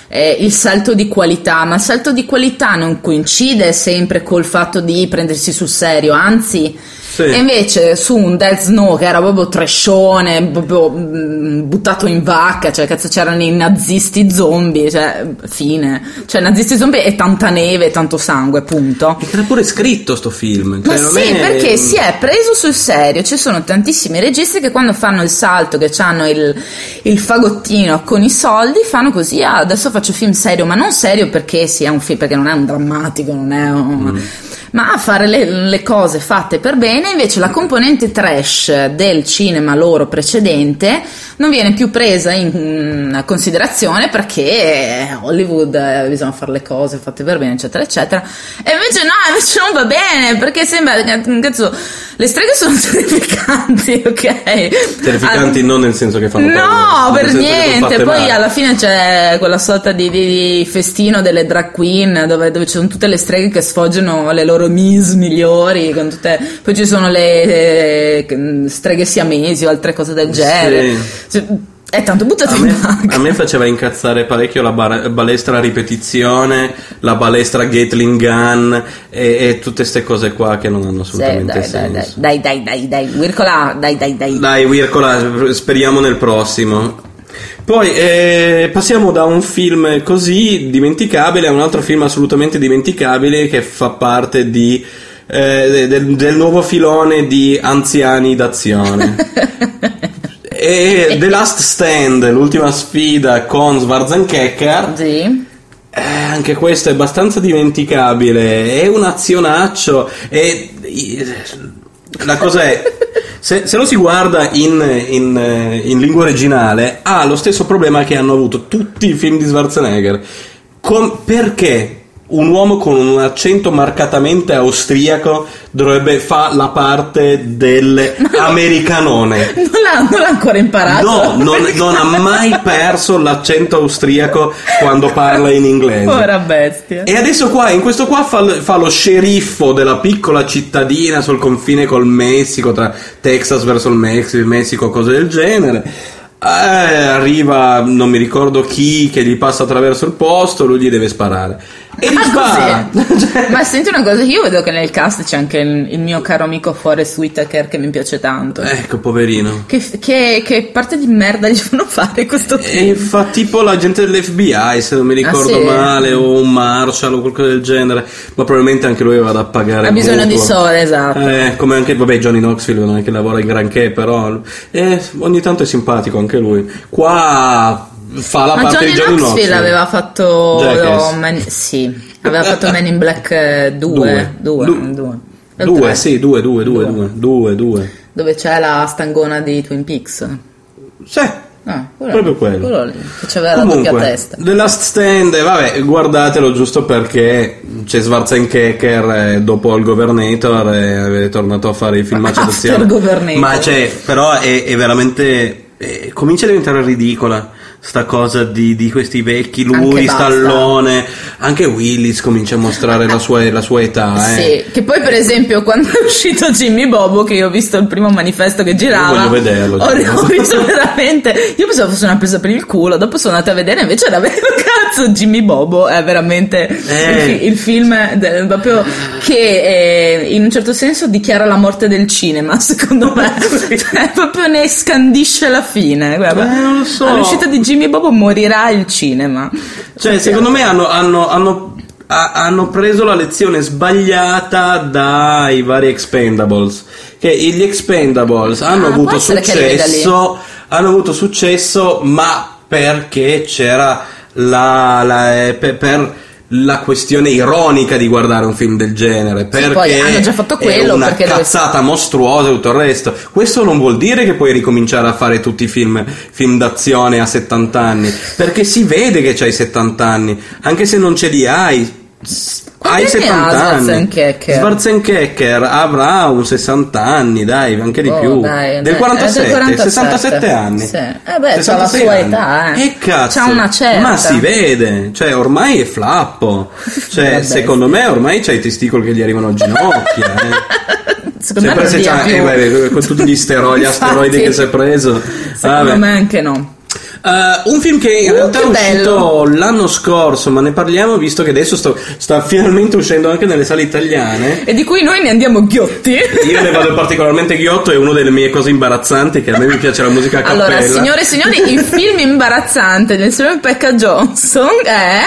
C: eh, il salto di qualità, ma il salto di qualità non coincide sempre col fatto di prendersi sul serio, anzi...
B: Sì.
C: E invece su un Death Snow che era proprio trashone, proprio mm, buttato in vacca, cioè cazzo c'erano i nazisti zombie, cioè fine. Cioè nazisti zombie e tanta neve e tanto sangue, punto.
B: E era pure scritto sto film.
C: Ma
B: cioè, non
C: sì,
B: è-
C: perché si è preso sul serio. Ci sono tantissimi registi che quando fanno il salto, che hanno il, il fagottino con i soldi, fanno così: ah, adesso faccio film serio, ma non serio perché sia un film, perché non è un drammatico, non è un. Ma a fare le, le cose fatte per bene, invece la componente trash eh, del cinema loro precedente non viene più presa in mm, considerazione perché Hollywood eh, bisogna fare le cose fatte per bene, eccetera, eccetera. E invece no, invece non va bene perché sembra. eh, Cazzo, le streghe sono terrificanti, ok?
B: Terrificanti
C: Ah,
B: non nel senso che fanno
C: No,
B: paura,
C: per
B: nel senso che sono
C: niente.
B: fatte
C: Poi
B: male.
C: alla fine c'è quella sorta di, di- di festino delle drag queen dove, dove ci sono tutte le streghe che sfoggiano le loro miss migliori. con tutte- Poi ci sono le, eh, streghe siamesi o altre cose del genere. Cioè, è tanto buttato
B: A
C: in
B: me,
C: banca.
B: a me faceva incazzare parecchio la bara- balestra a ripetizione, la balestra Gatling Gun e, e tutte queste cose qua che non hanno
C: Sì,
B: assolutamente
C: dai, dai, dai,
B: senso.
C: dai, dai, dai, dai, Wirkola, dai, dai, dai.
B: Dai, Wirkola, speriamo nel prossimo. Poi eh, passiamo da un film così dimenticabile a un altro film assolutamente dimenticabile che fa parte di, eh, del, del nuovo filone di anziani d'azione. e The Last Stand, l'ultima sfida con Schwarzenegger.
C: Sì.
B: Eh, anche questo è abbastanza dimenticabile. È un azionaccio. È... La cosa è. Se, se lo si guarda in, in, eh, in lingua originale, ha lo stesso problema che hanno avuto tutti i film di Schwarzenegger. Com- perché un uomo con un accento marcatamente austriaco dovrebbe fare la parte dell'americanone.
C: Non l'ha, non l'ha ancora imparato.
B: No, non, non ha mai perso l'accento austriaco quando parla in inglese.
C: Povera bestia.
B: E adesso qua, in questo qua fa, fa lo sceriffo della piccola cittadina sul confine col Messico, tra Texas verso il Mex- il Messico, cose del genere. Eh, arriva, non mi ricordo chi, che gli passa attraverso il posto, lui gli deve sparare. E gli
C: Ah,
B: spara.
C: così?
B: cioè,
C: Ma senti una cosa, io vedo che nel cast c'è anche il, il mio caro amico Forrest Whitaker che mi piace tanto.
B: Ecco, poverino.
C: Che, che- che parte di merda gli fanno fare questo
B: E
C: film?
B: fa tipo l'agente dell'FBI, se non mi ricordo
C: Ah, sì?
B: male, o un Marshall o qualcosa del genere. Ma probabilmente anche lui aveva da pagare.
C: Ha
B: il
C: bisogno di
B: mutuo.
C: sole, esatto.
B: boh. Eh, come anche, vabbè, Johnny Knoxville non è che lavora in granché, però eh, ogni tanto è simpatico anche lui. Qua fa la
C: Ma
B: parte
C: Johnny
B: di Johnny
C: Knoxville
B: Knoxville.
C: aveva fatto
B: Jackass.
C: Man, sì, aveva fatto Man in Black eh, 2,
B: Due.
C: 2,
B: Du- Due, sì, due, due, due,
C: Due.
B: due, due, due.
C: dove c'è la stangona di Twin Peaks.
B: Sì.
C: Ah, quello,
B: Proprio quello.
C: lì, che c'aveva la doppia
B: Comunque,
C: testa.
B: The Last Stand, eh, vabbè, guardatelo giusto perché c'è Schwarzenegger eh, dopo il Governator eh, è tornato a fare i filmacci
C: After
B: d'azione.
C: Governator.
B: Ma c'è, però è, è veramente eh, comincia a diventare ridicola sta cosa di, di questi vecchi, lui,
C: Anche basta.
B: Stallone, anche Willis comincia a mostrare la sua, la sua età, eh.
C: Sì, che poi per esempio quando è uscito Jimmy Bobo, che io ho visto il primo manifesto che girava,
B: voglio vederlo,
C: ho,
B: Jimmy Bobo.
C: ho riso veramente, io pensavo fosse una presa per il culo, dopo sono andata a vedere invece era vero cazzo Jimmy Bobo, è veramente
B: Eh.
C: il, fi- il film de- proprio che eh, in un certo senso dichiara la morte del cinema, secondo me, Cioè, proprio ne scandisce la fine, guarda.
B: Eh, non lo so.
C: all'uscita di Jimmy Bobo morirà il cinema.
B: Cioè, secondo me hanno, hanno- hanno- ha- hanno preso la lezione sbagliata dai vari Expendables. Che gli Expendables hanno
C: Ah, può
B: avuto
C: essere che arrivi da lì.
B: successo, hanno avuto successo, ma perché c'era la, la- eh, per, per la questione ironica di guardare un film del genere. Perché
C: poi hanno già fatto quello,
B: È una
C: perché dove-
B: cazzata mostruosa e tutto il resto. Questo non vuol dire che puoi ricominciare a fare tutti i film, film d'azione a 70 anni, perché si vede che c'hai 70 anni, anche se non ce li hai. s-
C: Quanti
B: hai
C: anni
B: 70
C: ha
B: anni.
C: Schwarzenegger?
B: Schwarzenegger avrà un 60 anni, dai, anche di
C: Oh,
B: più.
C: dai,
B: del
C: dai,
B: 47,
C: del 47.
B: 67 anni.
C: Sì. Eh beh, c'ha la
B: 66
C: sua età, eh.
B: E cazzo.
C: C'ha una certa.
B: Ma si vede, cioè ormai è flappo. Cioè,
C: Vabbè.
B: secondo me ormai c'hai i testicoli che gli arrivano a ginocchia, eh.
C: Secondo me
B: Sempre
C: non
B: se
C: dia
B: c'ha-
C: più.
B: eh, vabbè, con tutti gli steroidi,
C: Infatti.
B: asteroidi che si è preso. Ah,
C: Secondo
B: Vabbè.
C: me anche no.
B: Eh, un film che in
C: Uh,
B: realtà
C: che
B: è uscito
C: bello.
B: l'anno scorso, ma ne parliamo visto che adesso sto- sta finalmente uscendo anche nelle sale italiane.
C: E di cui noi ne andiamo ghiotti.
B: Io ne vado particolarmente ghiotto, è una delle mie cose imbarazzanti che a me mi piace la musica a cappella.
C: Allora, signore e signori, il film imbarazzante del signor Pekka Johnson è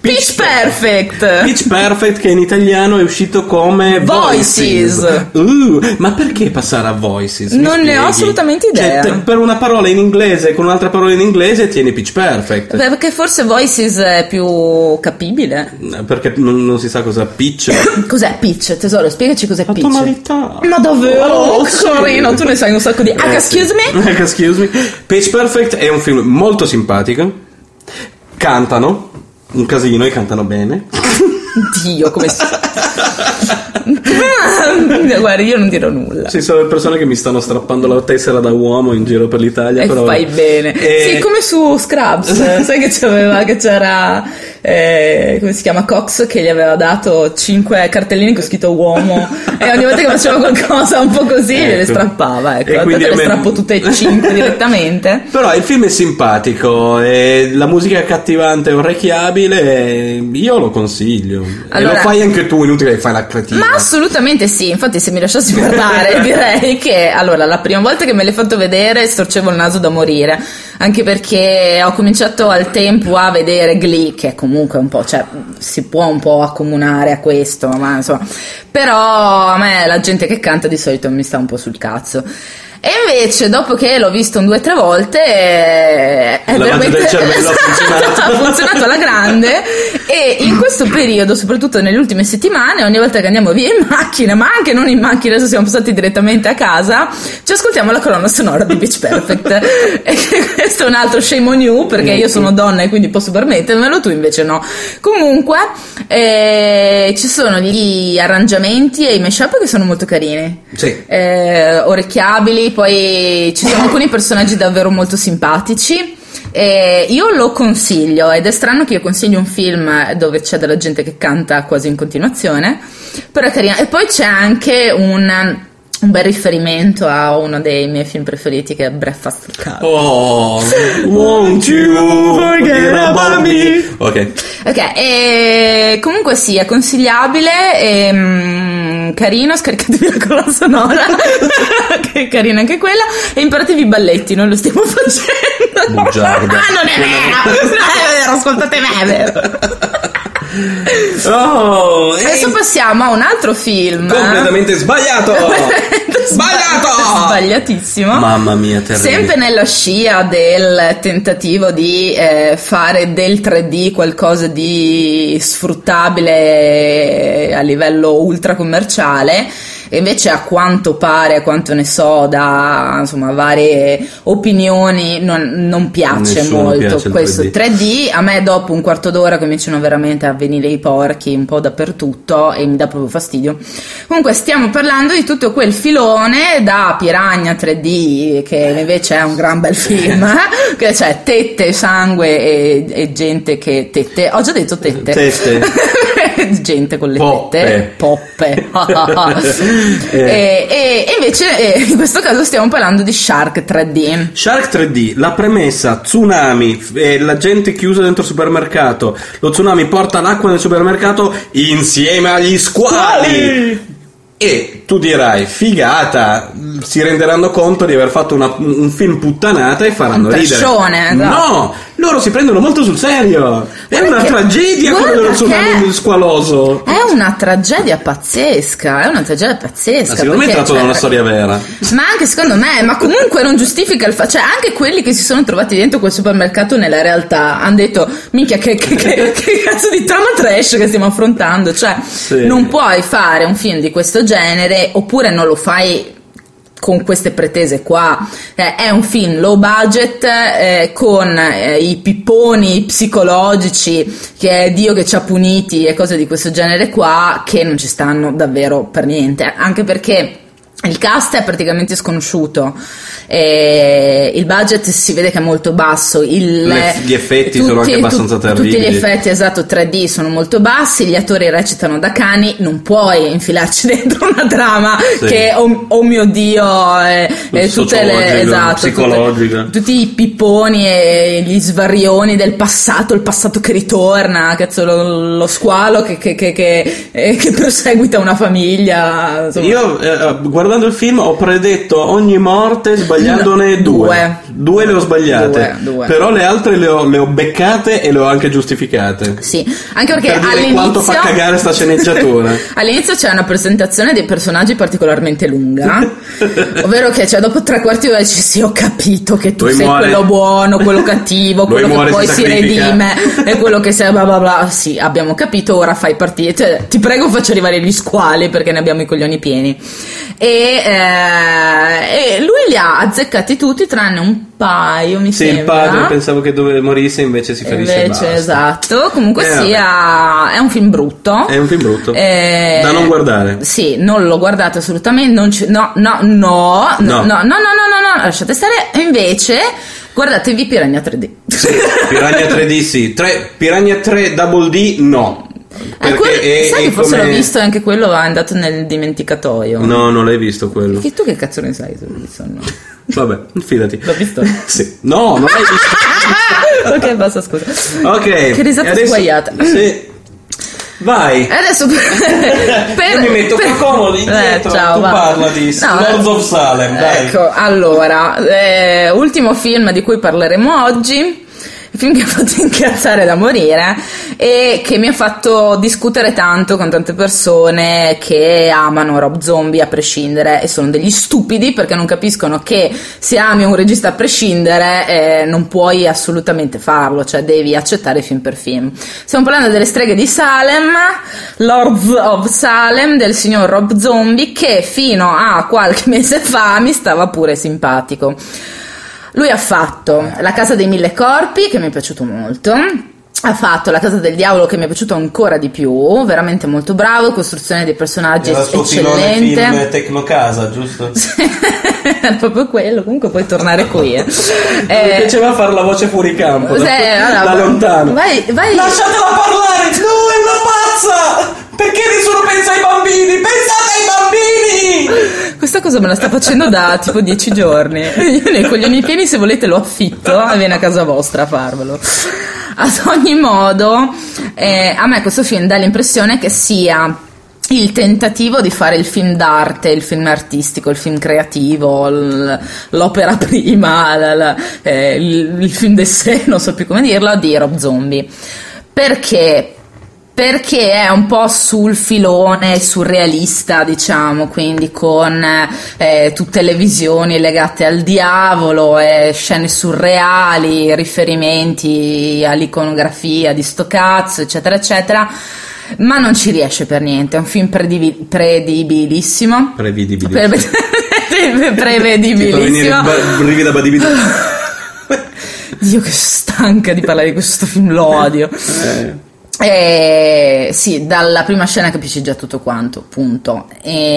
C: Pitch Perfect.
B: Pitch Perfect che in italiano è uscito come
C: Voices.
B: Uh, ma perché passare a Voices? Mi
C: Non ne ho
B: spieghi?
C: assolutamente idea.
B: Cioè, te- per una parola in inglese e con un'altra parola in inglese tieni Pitch Perfect.
C: Perché forse Voices è più capibile.
B: Perché non, non si sa cosa pitch.
C: Cos'è Pitch? Tesoro, spiegaci cos'è Pitch.
B: Tonalità.
C: Ma davvero?
B: Oh, sì.
C: Corino, tu ne sai un sacco di... Ah,
B: Eh,
C: excuse
B: sì.
C: me?
B: Ecco, excuse me. Pitch Perfect è un film molto simpatico. Cantano un casino e cantano bene.
C: Cioè. Dio, come si... Guarda, io non dirò nulla.
B: Ci sono persone che mi stanno strappando la tessera da uomo in giro per l'Italia.
C: E
B: però...
C: fai bene.
B: E-
C: Sì, come su Scrubs. Sai che c'aveva, che c'era, eh, come si chiama, Cox che gli aveva dato cinque cartelline con scritto uomo e ogni volta che faceva qualcosa un po' così gliele
B: Ecco.
C: strappava.
B: E
C: Ecco, Tanto
B: quindi
C: le
B: a me-
C: strappo tutte e cinque direttamente.
B: Però il film è simpatico, e la musica è cattivante e orecchiabile, e io lo consiglio. e
C: Allora-
B: lo fai anche tu, inutile che fai la cretina.
C: Ma assolutamente sì, infatti se mi lasciassi guardare direi che allora la prima volta che me l'hai fatto vedere storcevo il naso da morire, anche perché ho cominciato al tempo a vedere Glee che comunque un po' cioè si può un po' accomunare a questo, ma insomma, però a me la gente che canta di solito mi sta un po' sul cazzo. E invece, dopo che l'ho visto un due o tre volte, eh, è
B: Lavaggio
C: veramente Esatto,
B: del cervello ha funzionato.
C: ha funzionato alla grande. E E in questo periodo, soprattutto nelle ultime settimane, ogni volta che andiamo via in macchina, ma anche non in macchina, adesso siamo passati direttamente a casa, ci ascoltiamo la colonna sonora di Beach Perfect. e questo è un altro shame on you, perché io sono donna e quindi posso permettermelo, tu invece no. Comunque, eh, ci sono gli arrangiamenti e i mashup che sono molto carini.
B: Sì.
C: Eh, orecchiabili, poi ci sono alcuni personaggi davvero molto simpatici. Eh, io lo consiglio ed è strano che io consigli un film dove c'è della gente che canta quasi in continuazione, però è carino. E poi c'è anche un, un bel riferimento a uno dei miei film preferiti che è Breakfast Club.
B: Oh, won't you forget about me? Ok.
C: Ok, e comunque sì, è consigliabile, e, mm, carino, scaricatevi la colonna sonora, che è carina anche quella, e imparatevi i balletti, noi lo stiamo facendo.
B: Bugiarda.
C: Ah, non è vero, non è vero, ascoltate me, è vero.
B: Oh, e
C: Adesso passiamo a un altro film.
B: completamente sbagliato! sbagliato!
C: Sbagliatissimo.
B: Mamma mia, terribile.
C: Sempre nella scia del tentativo di eh, fare del 3D qualcosa di sfruttabile eh, a livello ultra commerciale. E invece a quanto pare, a quanto ne so, da insomma, varie opinioni, non, non piace
B: Nessuno
C: molto
B: piace il
C: questo
B: 3D.
C: 3D. A me dopo un quarto d'ora cominciano veramente a venire i porchi un po' dappertutto e mi dà proprio fastidio. Comunque stiamo parlando di tutto quel filone da Piranha 3D, che invece è un gran bel film, eh? che c'è tette, sangue e, e gente che tette. Ho già detto tette.
B: Tette.
C: gente con le
B: Poppe.
C: tette. Poppe.
B: Eh.
C: e, e- e invece eh, in questo caso stiamo parlando di Shark 3D.
B: Shark 3D, la premessa, tsunami, f- eh, la gente chiusa dentro il supermercato, lo tsunami porta l'acqua nel supermercato insieme agli squali! E tu dirai, figata, si renderanno conto di aver fatto una- un film puttanata e faranno
C: Un
B: ridere.
C: trashone, esatto.
B: No, loro si prendono molto sul serio. È una
C: Perché-
B: tragedia quello dello
C: guarda
B: tsunami
C: che-
B: squaloso.
C: È una tragedia pazzesca, è una tragedia pazzesca.
B: Ma secondo me è
C: perché,
B: tratto da
C: cioè,
B: una storia vera.
C: Ma anche secondo me, ma comunque non giustifica il fatto. Cioè, anche quelli che si sono trovati dentro quel supermercato nella realtà hanno detto: minchia, che, che- che- che cazzo di trama trash che stiamo affrontando. Cioè,
B: Sì.
C: non puoi fare un film di questo genere, oppure non lo fai. Con queste pretese qua Eh, è un film low budget eh, con eh, i pipponi psicologici che è Dio che ci ha puniti e cose di questo genere qua che non ci stanno davvero per niente, anche perché il cast è praticamente sconosciuto, eh, il budget si vede che è molto basso, il-
B: Le- gli effetti sono anche abbastanza
C: Tutti gli
B: terribili.
C: effetti, esatto, 3D sono molto bassi, gli attori recitano da cani, non puoi infilarci dentro una trama
B: Sì.
C: che, oh, oh mio Dio, eh, eh, tutte
B: Sociologica,
C: le, esatto,
B: psicologica.
C: tutte- tutti i pipponi e gli svarioni del passato, il passato che ritorna, cazzo, lo, lo squalo che, che- che- che- eh, che perseguita una famiglia. insomma.
B: Io eh, guardando il film ho predetto ogni morte sbagliandone
C: No,
B: due.
C: due.
B: Due le ho sbagliate.
C: Due, due.
B: Però le altre le ho, le ho beccate e le ho anche giustificate.
C: Sì, anche perché
B: Per dire
C: all'inizio
B: quanto fa cagare sta sceneggiatura.
C: all'inizio c'è una presentazione dei personaggi particolarmente lunga, ovvero che cioè, dopo tre quarti d'ora dici sì ho capito che tu
B: Lui
C: sei
B: muore.
C: quello buono, quello cattivo,
B: Lui
C: quello
B: muore,
C: che
B: si
C: poi si
B: sacrifica."
C: redime e quello che sei bla bla bla, sì abbiamo capito, ora fai partire, Cioè, ti prego faccio arrivare gli squali perché ne abbiamo i coglioni pieni. E, eh, e lui li ha azzeccati tutti tranne un paio mi
B: Se
C: sembra.
B: il padre pensavo che dove morisse, invece si ferisce e
C: Invece,
B: basta.
C: esatto. Comunque
B: Eh, vabbè.
C: sia, è un film brutto.
B: È un film brutto.
C: Eh,
B: Da non guardare.
C: Sì, non lo guardate assolutamente. Non ci- no, no, no, no,
B: No.
C: no, no, no, no, no, no, lasciate stare. E Invece, guardatevi Piranha 3D.
B: Piranha 3D sì. Tre- Piranha 3 Double D no.
C: Eh,
B: Perché
C: quel-
B: è-
C: sai
B: è
C: che forse
B: come-
C: l'ho visto e anche quello è andato nel dimenticatoio.
B: No, non l'hai visto quello.
C: Che tu che cazzo ne sai su Wilson?
B: Vabbè, fidati.
C: L'ho visto.
B: Sì. No, non l'hai visto.
C: ok, basta, scusa.
B: Ok.
C: Che risata
B: e adesso-
C: sguaiata.
B: Sì. Vai.
C: E Adesso per,
B: Io mi metto
C: per- Eh,
B: più comodo indietro, tu
C: va.
B: parla di Lords
C: eh,
B: of Salem, dai.
C: Ecco, allora, eh, ultimo film di cui parleremo oggi. film che ha fatto incazzare da morire e che mi ha fatto discutere tanto con tante persone che amano Rob Zombie a prescindere e sono degli stupidi perché non capiscono che se ami un regista a prescindere eh, non puoi assolutamente farlo, cioè devi accettare film per film. Stiamo parlando delle streghe di Salem, Lords of Salem del signor Rob Zombie che fino a qualche mese fa mi stava pure simpatico. Lui ha fatto La casa dei mille corpi, che mi è piaciuto molto. Ha fatto La casa del diavolo, che mi è piaciuto ancora di più. Veramente molto bravo. Costruzione dei personaggi
F: Era il suo filone film
C: eccellente.
F: Tecnocasa, giusto?
C: È proprio quello. Comunque puoi tornare qui. eh.
B: Mi
C: Eh,
B: piaceva fare la voce fuori campo, da,
C: se-
B: da
C: allora,
B: lontano.
C: Vai, vai.
F: Lasciatela parlare! No, è una pazza! Perché nessuno pensa ai bambini? Pensate ai bambini!
C: Questa cosa me la sta facendo da tipo dieci giorni. Io nei coglioni pieni, se volete, lo affitto e viene a casa vostra a farvelo. Ad ogni modo, eh, a me questo film dà l'impressione che sia il tentativo di fare il film d'arte, il film artistico, il film creativo, l- l'opera prima, la- la- eh, il, il film d'essere, non so più come dirlo, di Rob Zombie. Perché? Perché è un po' sul filone surrealista, diciamo, quindi con eh, tutte le visioni legate al diavolo, eh, scene surreali, riferimenti all'iconografia di sto cazzo, eccetera, eccetera. Ma non ci riesce per niente, è un film predivi- predibilissimo.
B: Prevedibile.
C: Pre-
B: Fa venire
C: prevedibilissimo.
B: ba- brividi a badibidi.
C: Dio che stanca di parlare di questo film, lo odio. Eh, sì, dalla prima scena capisci già tutto quanto, punto.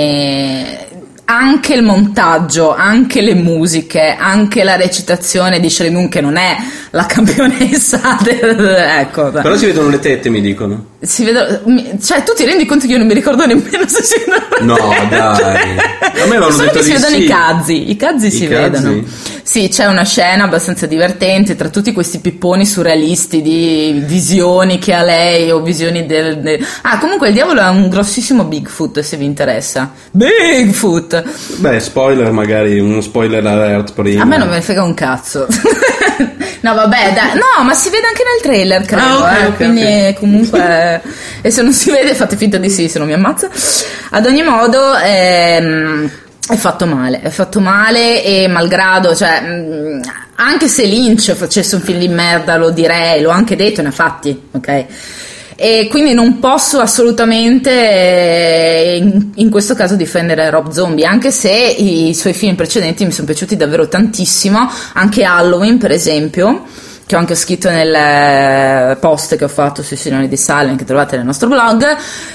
C: E anche il montaggio, anche le musiche, anche la recitazione di Shelley Moon che non è la campionessa del... ecco,
B: Però si vedono le tette, mi dicono.
C: si vedono, mi- cioè tu ti rendi conto che io non mi ricordo nemmeno se si vedono le
B: No,
C: tette?
B: dai. A me avevano
C: Cioè, Solo
B: detto
C: che si
B: di
C: vedono
B: sì.
C: i cazzi i cazzi
B: I
C: si
B: cazzi?
C: vedono sì c'è una scena abbastanza divertente tra tutti questi pipponi surrealisti di visioni che ha lei o visioni del, del- ah comunque il diavolo è un grossissimo Bigfoot se vi interessa Bigfoot
B: Beh, spoiler magari, uno spoiler alert prima.
C: a me non me ne frega un cazzo No, vabbè, dai. No, ma si vede anche nel trailer, credo.
B: Ah, ok,
C: eh,
B: ok,
C: quindi
B: ok.
C: eh, comunque. e se non si vede, fate finta di sì, se non mi ammazza. Ad ogni modo, ehm, è fatto male. È fatto male e malgrado, cioè. mh, anche se Lynch facesse un film di merda, lo direi, l'ho anche detto, ne ha fatti, ok? E quindi non posso assolutamente eh, in, in questo caso difendere Rob Zombie, anche se i suoi film precedenti mi sono piaciuti davvero tantissimo, anche Halloween per esempio, che ho anche scritto nel eh, post che ho fatto sui filoni di Salem che trovate nel nostro blog,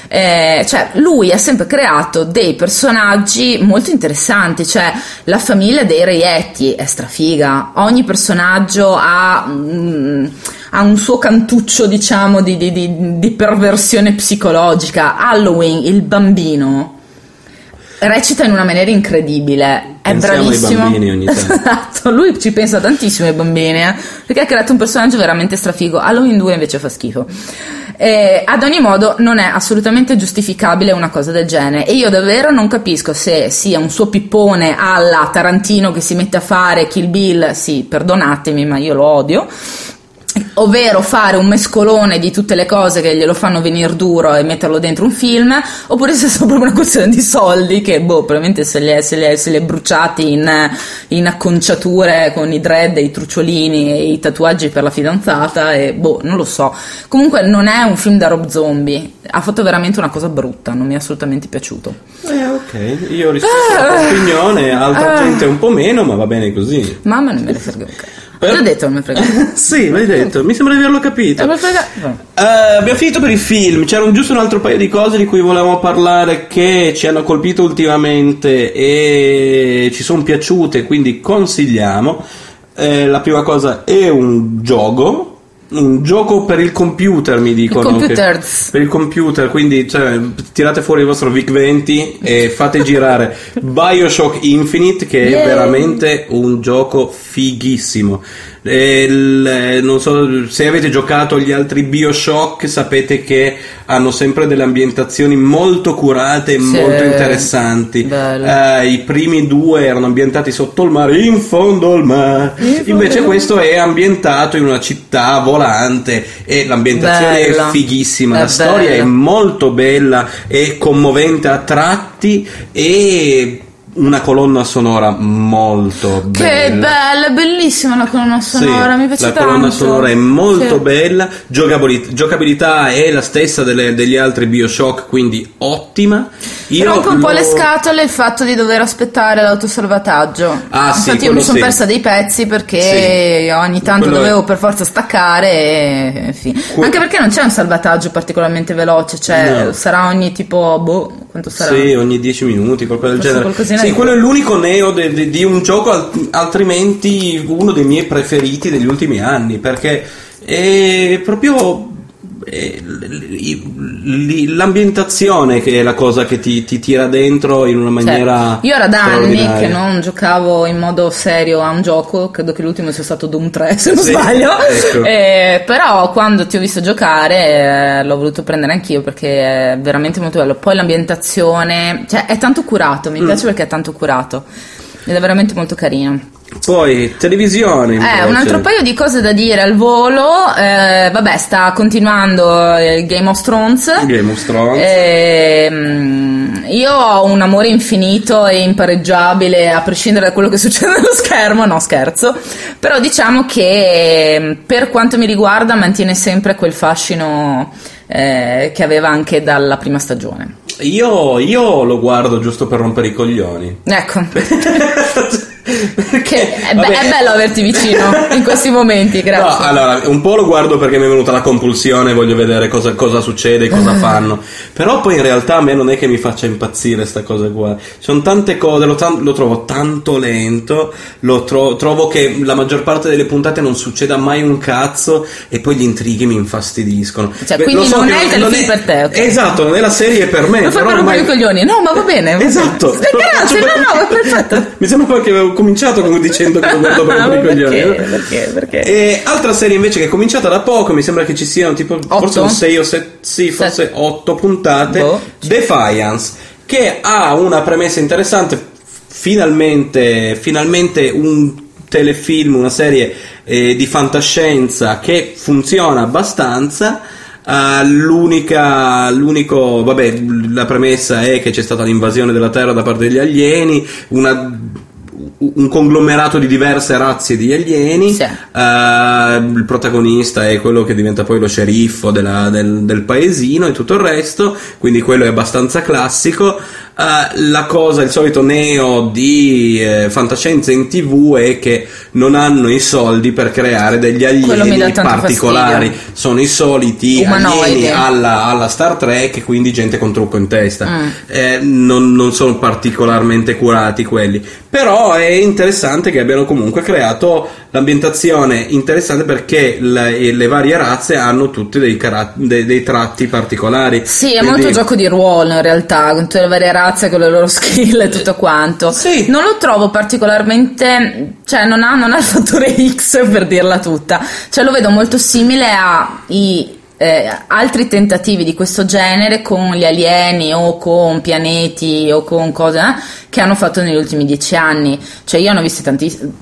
C: eh, cioè lui ha sempre creato dei personaggi molto interessanti, cioè la famiglia dei reietti è strafiga, ogni personaggio ha... mm, ha un suo cantuccio, diciamo, di, di- di- di perversione psicologica. Halloween, il bambino, recita in una maniera incredibile. È
B: Pensiamo ai
C: bravissimo.
B: bambini ogni tanto.
C: Esatto, lui ci pensa tantissimo ai bambini, eh, perché ha creato un personaggio veramente strafigo. Halloween 2 invece fa schifo. Eh, ad ogni modo non è assolutamente giustificabile una cosa del genere e io davvero non capisco se sia un suo pippone alla Tarantino che si mette a fare Kill Bill, sì, perdonatemi ma io lo odio, ovvero fare un mescolone di tutte le cose che glielo fanno venire duro e metterlo dentro un film, oppure se è solo proprio una questione di soldi che, boh, probabilmente se li è, se li è- se li è bruciati in, in acconciature con i dread, e i trucciolini e i tatuaggi per la fidanzata e, boh, non lo so. Comunque non è un film da Rob Zombie, ha fatto veramente una cosa brutta, non mi è assolutamente piaciuto.
B: Eh, ok, io rispetto alla tua opinione, altra gente un po' meno, ma va bene così.
C: Ma a me non me ne frega un cazzo.
B: Per-
C: L'ho detto, non me ne frega un cazzo.
B: Sì, l'hai detto, mi sembra di averlo capito.
C: Non me ne frega-
B: Eh, abbiamo finito per i film, c'era un- giusto un altro paio di cose di cui volevamo parlare che ci hanno colpito ultimamente e ci sono piaciute, quindi consigliamo. Eh, la prima cosa è un gioco, un gioco per il computer, mi dicono. che-
C: computers.
B: per il computer, quindi cioè, tirate fuori il vostro VIC-20 e fate girare Bioshock Infinite che è
C: Yay.
B: veramente un gioco fighissimo. E il- eh, non so se avete giocato agli altri Bioshock, sapete che hanno sempre delle ambientazioni molto curate e
C: Sì.
B: molto interessanti.
C: Bello.
B: Eh, I primi due erano ambientati sotto il mare, in fondo al mare. Invece questo è ambientato in una città volante e l'ambientazione
C: Bella.
B: è fighissima,
C: È
B: la storia è
C: bella.
B: molto bella e commovente a tratti e una colonna sonora molto
C: Che
B: bella.
C: bella, bellissima la colonna sonora,
B: Sì,
C: mi piace
B: la
C: tanto.
B: colonna sonora è molto
C: Sì.
B: bella, giocabili- giocabilità è la stessa delle- degli altri Bioshock, quindi ottima. Io
C: Rompe un po'
B: lo-
C: le scatole il fatto di dover aspettare l'autosalvataggio.
B: Ah, sì,
C: Infatti, io
B: quello
C: mi sono
B: sì.
C: persa dei pezzi perché
B: Sì.
C: ogni tanto
B: Quello è-
C: dovevo per forza staccare. E... e fine.
B: Que-
C: Anche perché non c'è un salvataggio particolarmente veloce, cioè
B: No.
C: sarà ogni tipo. Boh, quanto sarà?
B: Sì, ogni 10 minuti, qualcosa del
C: Forse
B: genere.
C: qualcosina
B: Sì,
C: di-
B: quello è l'unico neo de- de- di un gioco, al- altrimenti uno dei miei preferiti degli ultimi anni, perché è proprio è l- l- l- l'ambientazione che è la cosa che ti, ti tira dentro in una
C: Cioè,
B: maniera...
C: io era da anni che
B: straordinaria.
C: non giocavo in modo serio a un gioco, credo che l'ultimo sia stato Doom 3 se non
B: Sì,
C: sbaglio,
B: ecco.
C: Eh, però quando ti ho visto giocare eh, l'ho voluto prendere anch'io perché è veramente molto bello, poi l'ambientazione, cioè è tanto curato,
B: Mm.
C: mi piace perché è tanto curato ed è veramente molto carino.
B: Poi, televisione.
C: Eh,
B: invece.
C: un altro paio di cose da dire al volo. eh, vabbè, sta continuando il Game of Thrones.
B: Game of Thrones.
C: Ehm, io ho un amore infinito e impareggiabile a prescindere da quello che succede nello schermo, no scherzo, però diciamo che ehm, per quanto mi riguarda mantiene sempre quel fascino eh, che aveva anche dalla prima stagione.
B: Io, io lo guardo giusto per rompere i coglioni.
C: Ecco,
B: perché
C: che è, be-
B: vabbè,
C: è bello averti vicino in questi momenti, grazie.
B: No, allora, un po' lo guardo perché mi è venuta la compulsione, voglio vedere cosa, cosa succede, cosa fanno. Però poi in realtà a me non è che mi faccia impazzire sta cosa qua. Ci sono tante cose, lo, tan- lo trovo tanto lento, lo tro- trovo che la maggior parte delle puntate non succeda mai un cazzo e poi gli intrighi mi infastidiscono.
C: Cioè,
B: Beh,
C: quindi
B: lo so
C: non
B: che
C: è il telefilm per te, ok.
B: Esatto, non è la serie per me.
C: non fa
B: però
C: per rompere
B: ormai-
C: i coglioni, no, ma va bene. va bene.
B: Esatto.
C: Eh, Grazie, no, no, è perfetto.
B: Mi sembra proprio che avevo cominciato con- dicendo che lo guardo per rompere i
C: Perché?
B: coglioni. eh?
C: Perché? Perché?
B: E altra serie invece che è cominciata da poco, mi sembra che ci siano tipo
C: Otto?
B: forse 6 o 7, sì, forse
C: Sette.
B: 8 puntate.
C: Boh.
B: Defiance, che ha una premessa interessante, f- finalmente, finalmente un telefilm, una serie eh, di fantascienza che funziona abbastanza. Ah, l'unica, l'unico, vabbè, la premessa è che c'è stata l'invasione della Terra da parte degli alieni, una un conglomerato di diverse razze di alieni.
C: Sì.
B: Eh, il protagonista è quello che diventa poi lo sceriffo della- del, del paesino e tutto il resto, quindi quello è abbastanza classico. Eh, la cosa, il solito neo di eh, fantascienza in tv è che non hanno i soldi per creare degli
C: Quello mi dà
B: alieni
C: tanto
B: particolari,
C: fastidio.
B: sono i soliti
C: Umanoidi.
B: alieni alla, alla Star Trek, quindi gente con trucco in testa.
C: Mm.
B: Eh, non, non sono particolarmente curati quelli. Però è interessante che abbiano comunque creato l'ambientazione interessante perché le, le varie razze hanno tutti dei, cara- de- dei tratti particolari.
C: Sì, è
B: Quindi-
C: molto gioco di ruolo in realtà, con tutte le varie razze, con le loro skill e tutto quanto.
B: Sì.
C: Non lo trovo particolarmente, cioè non ha, non ha il fattore X per dirla tutta, cioè lo vedo molto simile ai eh, altri tentativi di questo genere con gli alieni o con pianeti o con cose eh, che hanno fatto negli ultimi dieci anni. Cioè io ne ho visti tantissimi.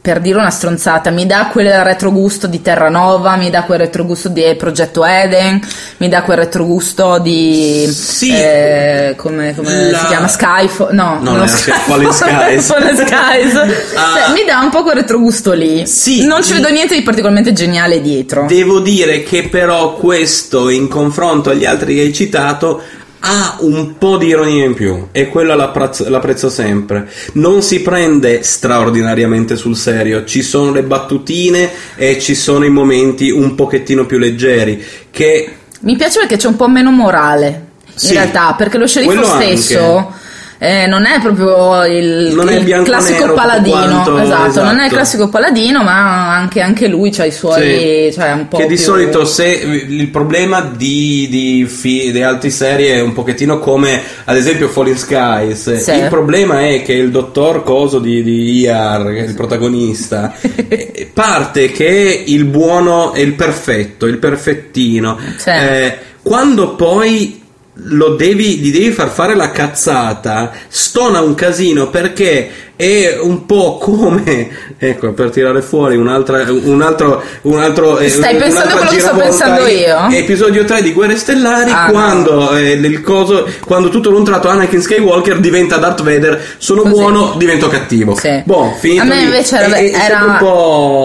C: Per dire una stronzata, mi dà quel retrogusto di Terranova, mi dà quel retrogusto di Progetto Eden, mi dà quel retrogusto di.
B: Sì.
C: eh, come come
B: La-
C: si chiama? Skyfall? No,
B: No,
C: non
B: era
C: Skyfall,
B: Fallen Skies.
C: Fallen Skies.
B: Ah.
C: Cioè, mi dà un po' quel retrogusto lì.
B: Sì.
C: Non ci vedo niente di particolarmente geniale dietro.
B: Devo dire che però questo in confronto agli altri che hai citato ha un po' di ironia in più e quello l'apprazzo- l'apprezzo sempre. Non si prende straordinariamente sul serio, ci sono le battutine e ci sono i momenti un pochettino più leggeri che
C: Mi piace perché c'è un po' meno morale. In
B: Sì.
C: realtà, perché lo sceriffo
B: Quello
C: stesso. eh, non è proprio il,
B: Non è
C: il
B: bianco e
C: classico
B: nero
C: paladino,
B: quanto-
C: esatto,
B: esatto.
C: non è il classico paladino, ma anche, anche lui ha i suoi, cioè un po'
B: che di
C: più-
B: solito se il problema di, di, fi- di altre serie è un pochettino come ad esempio Falling Skies
C: Sì.
B: il problema è che il dottor Coso di, di ER che è il protagonista eh, parte che è il buono e il perfetto il perfettino
C: Sì.
B: Eh, quando poi lo devi, gli devi far fare la cazzata, stona un casino perché è un po' come, ecco, per tirare fuori un'altra, un altro, un altro, eh,
C: Stai pensando
B: un'altra
C: quello che sto
B: giravolta
C: pensando
B: in-
C: io?
B: Episodio 3 di Guerre Stellari,
C: Ah, no.
B: quando, eh, il coso, quando tutto d'un tratto Anakin Skywalker diventa Darth Vader, sono
C: Così.
B: buono, divento cattivo.
C: Sì.
B: Boh, finito
C: A me
B: lì.
C: invece
B: E-
C: era-
B: e- e
C: era-
B: sempre un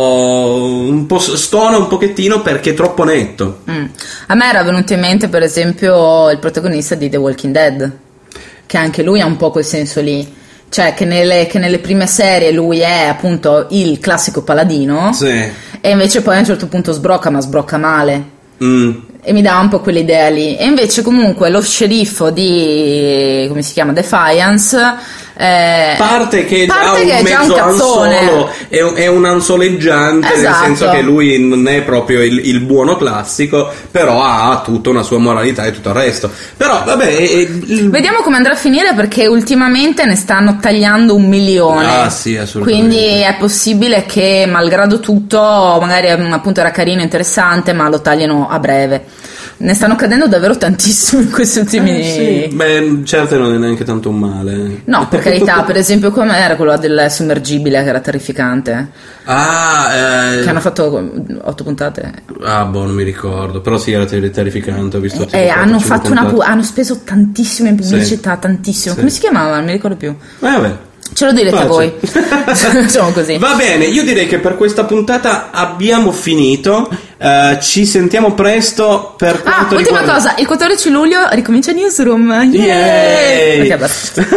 B: po', un po' stona un pochettino perché è troppo netto.
C: Mm. A me era venuto in mente, per esempio, il protagonista di The Walking Dead, che anche lui ha un po' quel senso lì. Cioè, che nelle, che nelle prime serie lui è appunto il classico paladino,
B: Sì.
C: e invece poi a un certo punto sbrocca, ma sbrocca male.
B: Mm.
C: E mi dà un po' quell'idea lì. E invece, comunque, lo sceriffo di. come si chiama? Defiance. eh,
B: parte che
C: parte
B: ha
C: che
B: un
C: è già un
B: mezzo
C: cazzone.
B: anzolo è un, è un ansoleggiante nel
C: Esatto.
B: senso che lui non è proprio il, il buono classico però ha tutta una sua moralità e tutto il resto però vabbè è- è- il-
C: Vediamo come andrà a finire perché ultimamente ne stanno tagliando un milione.
B: Ah, sì, assolutamente.
C: Quindi è possibile che, malgrado tutto, magari mm, appunto era carino, interessante, ma lo tagliano a breve. Ne stanno cadendo davvero tantissimi in questi ultimi.
B: beh certo non è neanche tanto un male
C: No, per carità, per esempio, come era quello del sommergibile che era terrificante.
B: ah eh,
C: Che hanno fatto otto puntate.
B: ah boh non mi ricordo però sì era ter- terrificante ho visto tipo
C: E Eh, hanno,
B: quattro,
C: fatto
B: cinque
C: una pu-
B: puntate.
C: hanno speso tantissimo in pubblicità, tantissimo.
B: Sì.
C: Come si chiamava? Non mi ricordo più.
B: eh, vabbè
C: Ce lo direte
B: Pace.
C: voi. diciamo così.
B: Va bene, io direi che per questa puntata abbiamo finito. Eh, ci sentiamo presto per
C: Ah,
B: quanto
C: ultima
B: riguarda...
C: cosa, il 14 luglio ricomincia Newsroom. Yay!
B: Yay!
C: Ok, basta.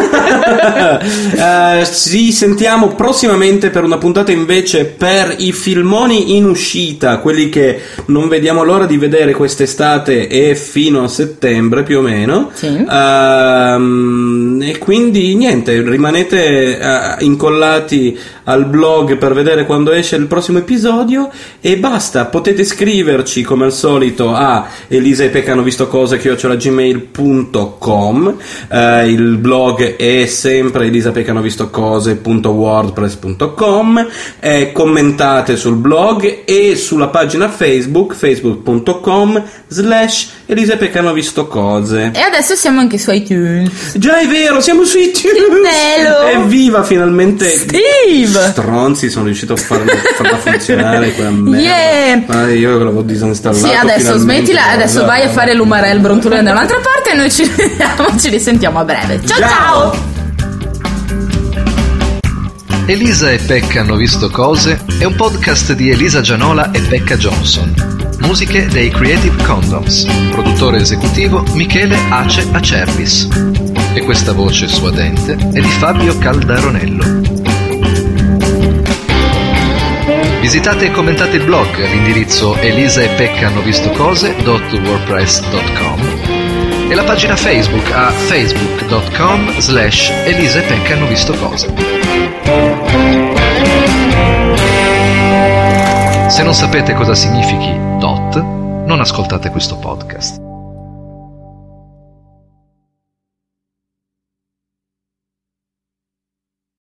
B: Eh, ci sentiamo prossimamente per una puntata invece per i filmoni in uscita, quelli che non vediamo l'ora di vedere quest'estate e fino a settembre più o meno. Eh,
C: Sì.
B: Ehm, e quindi niente, rimanete eh, incollati al blog per vedere quando esce il prossimo episodio e basta, potete scriverci come al solito a Elisa e Peccano visto cose gmail.com Eh, il blog è sempre elisapeccanovistocose.wordpress.com eh, commentate sul blog e sulla pagina facebook facebook.com slash elisapeccanovistocose
C: E adesso siamo anche su iTunes.
B: Già è vero, siamo su iTunes!
C: bello!
B: Evviva, finalmente!
C: Steve!
B: Stronzi, sono riuscito a farla, farla funzionare quella merda.
C: Yeah!
B: Ma io che l'avevo disinstallato.
C: Sì, adesso
B: finalmente,
C: smettila,
B: guarda.
C: adesso vai a fare l'umarel brontolone da un'altra parte e noi ci vediamo, ci risentiamo a breve.
B: Ciao!
C: ciao! ciao.
G: Elisa e Pecca hanno visto cose è un podcast di Elisa Gianola e Pecca Johnson. Musiche dei Creative Condoms. Produttore esecutivo Michele Ace Acerbis. E questa voce suadente è di Fabio Caldaronello. Visitate e commentate il blog all'indirizzo elisa e pecca hanno visto cose.wordpress.com e la pagina Facebook a facebook.com slash elisa e pecca hanno visto cose. Se non sapete cosa significhi DOT, non ascoltate questo podcast.